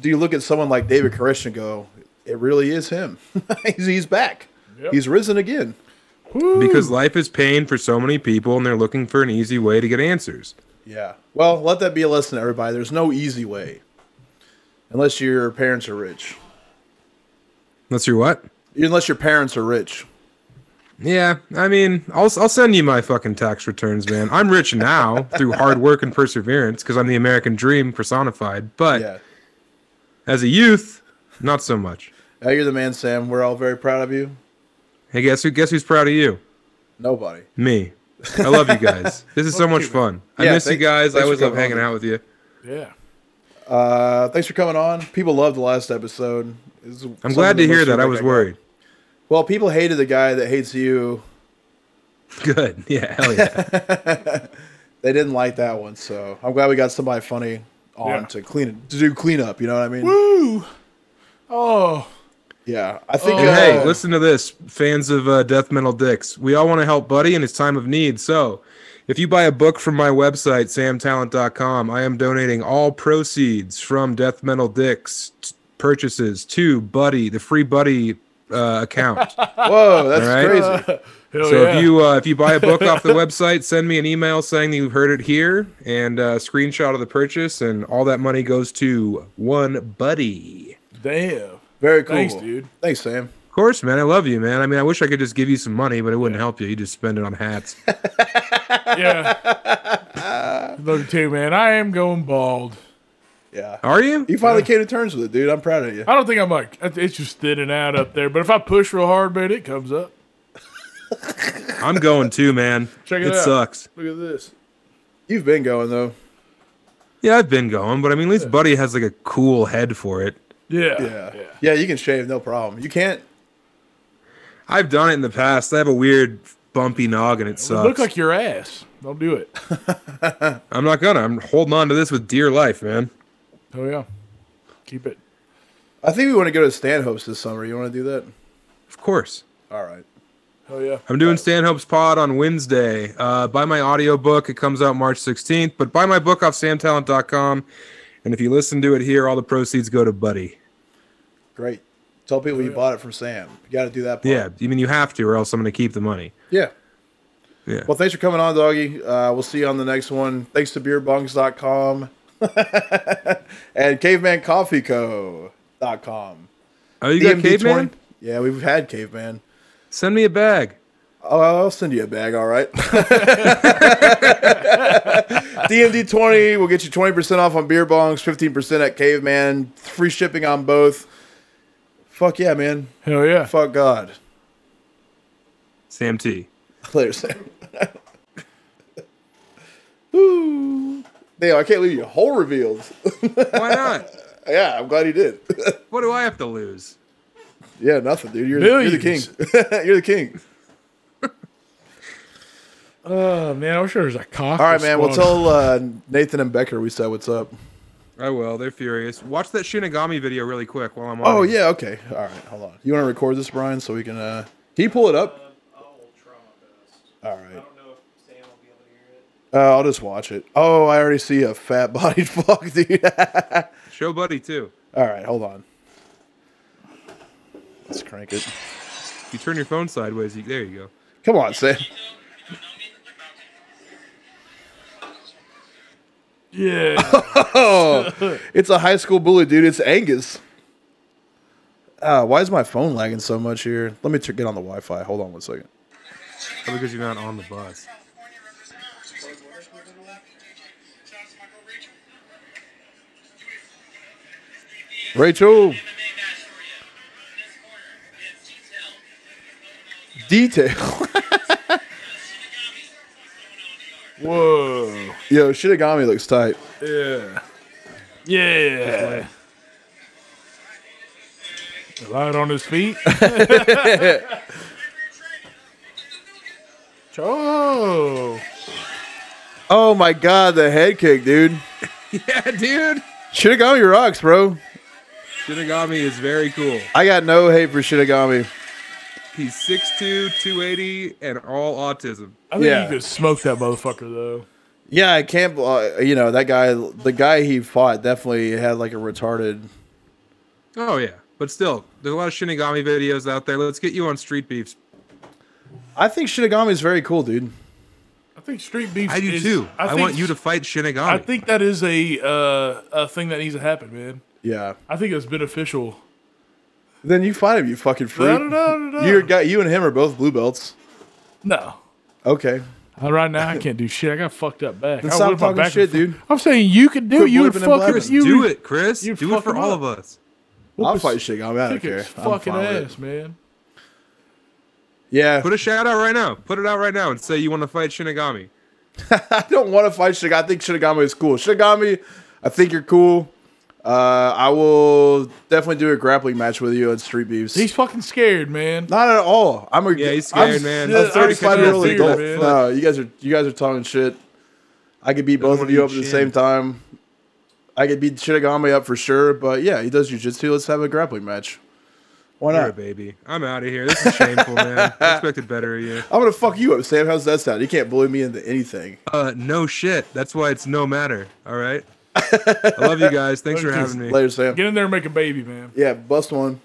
[SPEAKER 1] do you look at someone like David Koresh and go, "It really is him. he's, he's back.
[SPEAKER 3] Yep.
[SPEAKER 1] He's risen again."
[SPEAKER 2] Because life is pain for so many people and they're looking for an easy way to get answers.
[SPEAKER 1] Yeah. Well, let that be a lesson to everybody. There's no easy way, unless your parents are rich.
[SPEAKER 2] Unless you're what?
[SPEAKER 1] Unless your parents are rich.
[SPEAKER 2] Yeah, I mean, I'll, I'll send you my fucking tax returns, man. I'm rich now through hard work and perseverance because I'm the American dream personified. But
[SPEAKER 1] Yeah.
[SPEAKER 2] as a youth, not so much.
[SPEAKER 1] Now you're the man, Sam. We're all very proud of you.
[SPEAKER 2] Hey, guess who? Guess who's proud of you?
[SPEAKER 1] Nobody.
[SPEAKER 2] Me. I love you guys. This is so much fun. I
[SPEAKER 1] Yeah,
[SPEAKER 2] miss you
[SPEAKER 1] thank-
[SPEAKER 2] guys. I
[SPEAKER 1] thanks for
[SPEAKER 2] always love
[SPEAKER 1] coming on,
[SPEAKER 2] hanging
[SPEAKER 1] man.
[SPEAKER 2] out with you.
[SPEAKER 3] Yeah.
[SPEAKER 1] Uh, thanks for coming on. People loved the last episode.
[SPEAKER 2] I'm glad to hear that. I was worried.
[SPEAKER 1] Well, people hated the guy that hates you.
[SPEAKER 2] Good. Yeah. Hell yeah.
[SPEAKER 1] They didn't like that one, so I'm glad we got somebody funny on
[SPEAKER 3] Yeah.
[SPEAKER 1] to clean it to do cleanup. You know what I mean?
[SPEAKER 3] Woo. Oh.
[SPEAKER 1] Yeah, I think.
[SPEAKER 3] And
[SPEAKER 1] uh,
[SPEAKER 2] Oh, hey, listen to this, fans of uh, Death Metal Dicks. We all want to help Buddy in his time of need. So, if you buy a book from my website, samtalent.com, I am donating all proceeds from Death Metal Dicks t- purchases to Buddy, the free Buddy uh, account.
[SPEAKER 1] Whoa, that's
[SPEAKER 2] All right.
[SPEAKER 1] crazy.
[SPEAKER 3] Hell
[SPEAKER 2] so
[SPEAKER 3] yeah.
[SPEAKER 2] if you uh, if you buy a book off the website, send me an email saying that you heard it here and uh, screenshot of the purchase, and all that money goes to one buddy.
[SPEAKER 3] Damn.
[SPEAKER 1] Very cool.
[SPEAKER 3] Thanks, dude.
[SPEAKER 1] Thanks, Sam.
[SPEAKER 2] Of course, man. I love you, man. I mean, I wish I could just give you some money, but it wouldn't help you. You just spend it on hats.
[SPEAKER 3] Yeah. Love you too, man. I am going bald.
[SPEAKER 1] Yeah,
[SPEAKER 2] Are you?
[SPEAKER 1] you finally came to terms with it, dude. I'm proud of you.
[SPEAKER 3] I don't think I'm like it's just thinning out up there, but if I push real hard, man, it comes up.
[SPEAKER 2] I'm going too, man.
[SPEAKER 3] Check it out.
[SPEAKER 2] sucks.
[SPEAKER 3] Look at this.
[SPEAKER 1] You've been going though.
[SPEAKER 2] Yeah, I've been going, but I mean, at least Buddy has like a cool head for it.
[SPEAKER 3] Yeah.
[SPEAKER 1] Yeah, yeah. you can shave, no problem. You can't.
[SPEAKER 2] I've done it in the past. I have a weird bumpy noggin. It sucks.
[SPEAKER 3] Look like your ass. Don't do it.
[SPEAKER 2] I'm not gonna. I'm holding on to this with dear life, man.
[SPEAKER 3] Oh yeah. Keep it.
[SPEAKER 1] I think we want to go to Stanhope's this summer. You want to do that?
[SPEAKER 2] Of course.
[SPEAKER 1] All right.
[SPEAKER 3] Hell yeah.
[SPEAKER 2] I'm doing Stanhope's Pod on Wednesday. Uh, buy my audiobook. It comes out March 16th, but buy my book off samtalent.com. And if you listen to it here, all the proceeds go to Buddy.
[SPEAKER 1] Great. Tell people you bought it from Sam. You got to do that part.
[SPEAKER 2] Yeah, I mean, you have to, or else I'm going to keep the money.
[SPEAKER 1] Yeah.
[SPEAKER 2] Yeah.
[SPEAKER 1] Well, thanks for coming on, Doggy. Uh, we'll see you on the next one. Thanks to beerbongs.com and cavemancoffeeco.com.
[SPEAKER 2] oh, you got
[SPEAKER 1] DMD20.
[SPEAKER 2] caveman?
[SPEAKER 1] Yeah, we've had caveman.
[SPEAKER 2] Send me a bag.
[SPEAKER 1] Oh, I'll send you a bag, all right. DMD20 will get you 20% off on beer bongs, 15% at caveman, free shipping on both. Fuck yeah, man.
[SPEAKER 3] Hell yeah.
[SPEAKER 1] Fuck God.
[SPEAKER 2] Sam T.
[SPEAKER 1] Later, Sam. Woo. Damn, I can't leave you whole revealed.
[SPEAKER 2] Why not?
[SPEAKER 1] yeah, I'm glad he did.
[SPEAKER 2] what do I have to lose?
[SPEAKER 1] yeah, nothing, dude. You're, you're the king.
[SPEAKER 3] Millions.
[SPEAKER 1] you're the king.
[SPEAKER 3] Oh man, I wish there was a cock.
[SPEAKER 1] All right, man. We'll tell uh, Nathan and Becker we said what's up.
[SPEAKER 2] I will. They're furious. Watch that Shinigami video really quick while I'm on.
[SPEAKER 1] Oh
[SPEAKER 2] here.
[SPEAKER 1] yeah, okay. All right, hold on. You want to record this, Brian, so we can? uh Can you pull it up?
[SPEAKER 5] I will try my best.
[SPEAKER 1] All
[SPEAKER 5] I
[SPEAKER 1] right.
[SPEAKER 5] don't know if Sam will be able to hear it.
[SPEAKER 1] Uh, I'll just watch it. Oh, I already see a fat-bodied fuck, dude.
[SPEAKER 2] Show Buddy too.
[SPEAKER 1] All right, hold on. Let's crank it.
[SPEAKER 2] You turn your phone sideways. You, there you go.
[SPEAKER 1] Come on, Sam.
[SPEAKER 3] Yeah.
[SPEAKER 1] Oh, it's a high school bully, dude. It's Angus. Uh, why is my phone lagging so much here? Let me tr- get on the Wi-Fi. Hold on one second.
[SPEAKER 2] Oh, because you're not on the bus.
[SPEAKER 1] Rachel, detail.
[SPEAKER 3] Whoa.
[SPEAKER 1] Yo, Shinigami looks tight.
[SPEAKER 3] Yeah. Yeah. Light on his feet. oh.
[SPEAKER 1] Oh my god, the head kick, dude.
[SPEAKER 2] Yeah, dude.
[SPEAKER 1] Shinigami rocks, bro.
[SPEAKER 2] Shinigami is very cool.
[SPEAKER 1] I got no hate for Shinigami.
[SPEAKER 2] He's 6'2", 280, and all autism.
[SPEAKER 3] I think
[SPEAKER 1] Yeah.
[SPEAKER 3] you could smoke that motherfucker though.
[SPEAKER 1] Yeah, I can't. bel- Uh, you know that guy. The guy he fought definitely had like a retarded.
[SPEAKER 2] Oh yeah, but still, there's a lot of Shinigami videos out there. Let's get you on Street Beefs.
[SPEAKER 1] I think Shinigami is very cool, dude.
[SPEAKER 3] I think street beef.
[SPEAKER 2] I do
[SPEAKER 3] is-
[SPEAKER 2] too. I,
[SPEAKER 3] think-
[SPEAKER 2] want you to fight Shinigami.
[SPEAKER 3] I think that is a uh, a thing that needs to happen, man.
[SPEAKER 1] Yeah.
[SPEAKER 3] I think it's beneficial.
[SPEAKER 1] Then you fight him, you fucking freak.
[SPEAKER 3] No, no, no, no, no.
[SPEAKER 1] You're guy. You and him are both blue belts.
[SPEAKER 3] no.
[SPEAKER 1] Okay.
[SPEAKER 3] Uh, Right now, I can't do shit. I got fucked up back. I
[SPEAKER 1] stop
[SPEAKER 3] whipped my
[SPEAKER 1] talking
[SPEAKER 3] back and
[SPEAKER 1] shit,
[SPEAKER 3] fo-
[SPEAKER 1] dude.
[SPEAKER 3] I'm saying you could do.
[SPEAKER 1] Quit
[SPEAKER 3] You would
[SPEAKER 1] whipping and
[SPEAKER 3] fucking
[SPEAKER 1] blabbing.
[SPEAKER 3] you
[SPEAKER 2] do
[SPEAKER 3] would
[SPEAKER 2] it, Chris.
[SPEAKER 3] you
[SPEAKER 2] Do it
[SPEAKER 3] fuck
[SPEAKER 2] for
[SPEAKER 3] him
[SPEAKER 2] all
[SPEAKER 3] up.
[SPEAKER 2] of us.
[SPEAKER 3] whoop
[SPEAKER 1] I'll
[SPEAKER 3] his
[SPEAKER 1] fight Shinigami. I don't
[SPEAKER 3] kick
[SPEAKER 1] care.
[SPEAKER 3] his
[SPEAKER 1] I'm
[SPEAKER 3] fucking
[SPEAKER 1] fine with it.
[SPEAKER 3] ass, man.
[SPEAKER 1] Yeah.
[SPEAKER 2] Put a shout out right now. Put it out right now and say you want to fight Shinigami.
[SPEAKER 1] I don't want to fight Shinigami. I think Shinigami is cool. Shinigami, I think you're cool. Uh, I will definitely do a grappling match with you at Street Beefs.
[SPEAKER 3] He's fucking scared, man.
[SPEAKER 1] Not at all. I'm a
[SPEAKER 2] Yeah, he's
[SPEAKER 1] I'm
[SPEAKER 2] scared, man.
[SPEAKER 1] A
[SPEAKER 2] He's already
[SPEAKER 1] 35 year old
[SPEAKER 3] catching
[SPEAKER 1] adult.
[SPEAKER 3] fear, man.
[SPEAKER 1] No, you guys are you guys are talking shit. I could beat both
[SPEAKER 2] want
[SPEAKER 1] of you
[SPEAKER 2] to
[SPEAKER 1] up at the
[SPEAKER 2] eat
[SPEAKER 1] same
[SPEAKER 2] shit.
[SPEAKER 1] time. I could beat Shinigami up for sure, but yeah, he does jujitsu. Let's have a grappling match. Why
[SPEAKER 2] You're a
[SPEAKER 1] not?
[SPEAKER 2] baby. I'm out of here. This is shameful, man. I expected better of you.
[SPEAKER 1] I'm gonna fuck you up, Sam. How's that sound? You can't bully me into anything.
[SPEAKER 2] Uh, no shit. That's why it's no matter. All right. I love you guys. Thanks for having me.
[SPEAKER 1] Later, Sam.
[SPEAKER 3] Get in there and make a baby, man.
[SPEAKER 1] Yeah, bust one.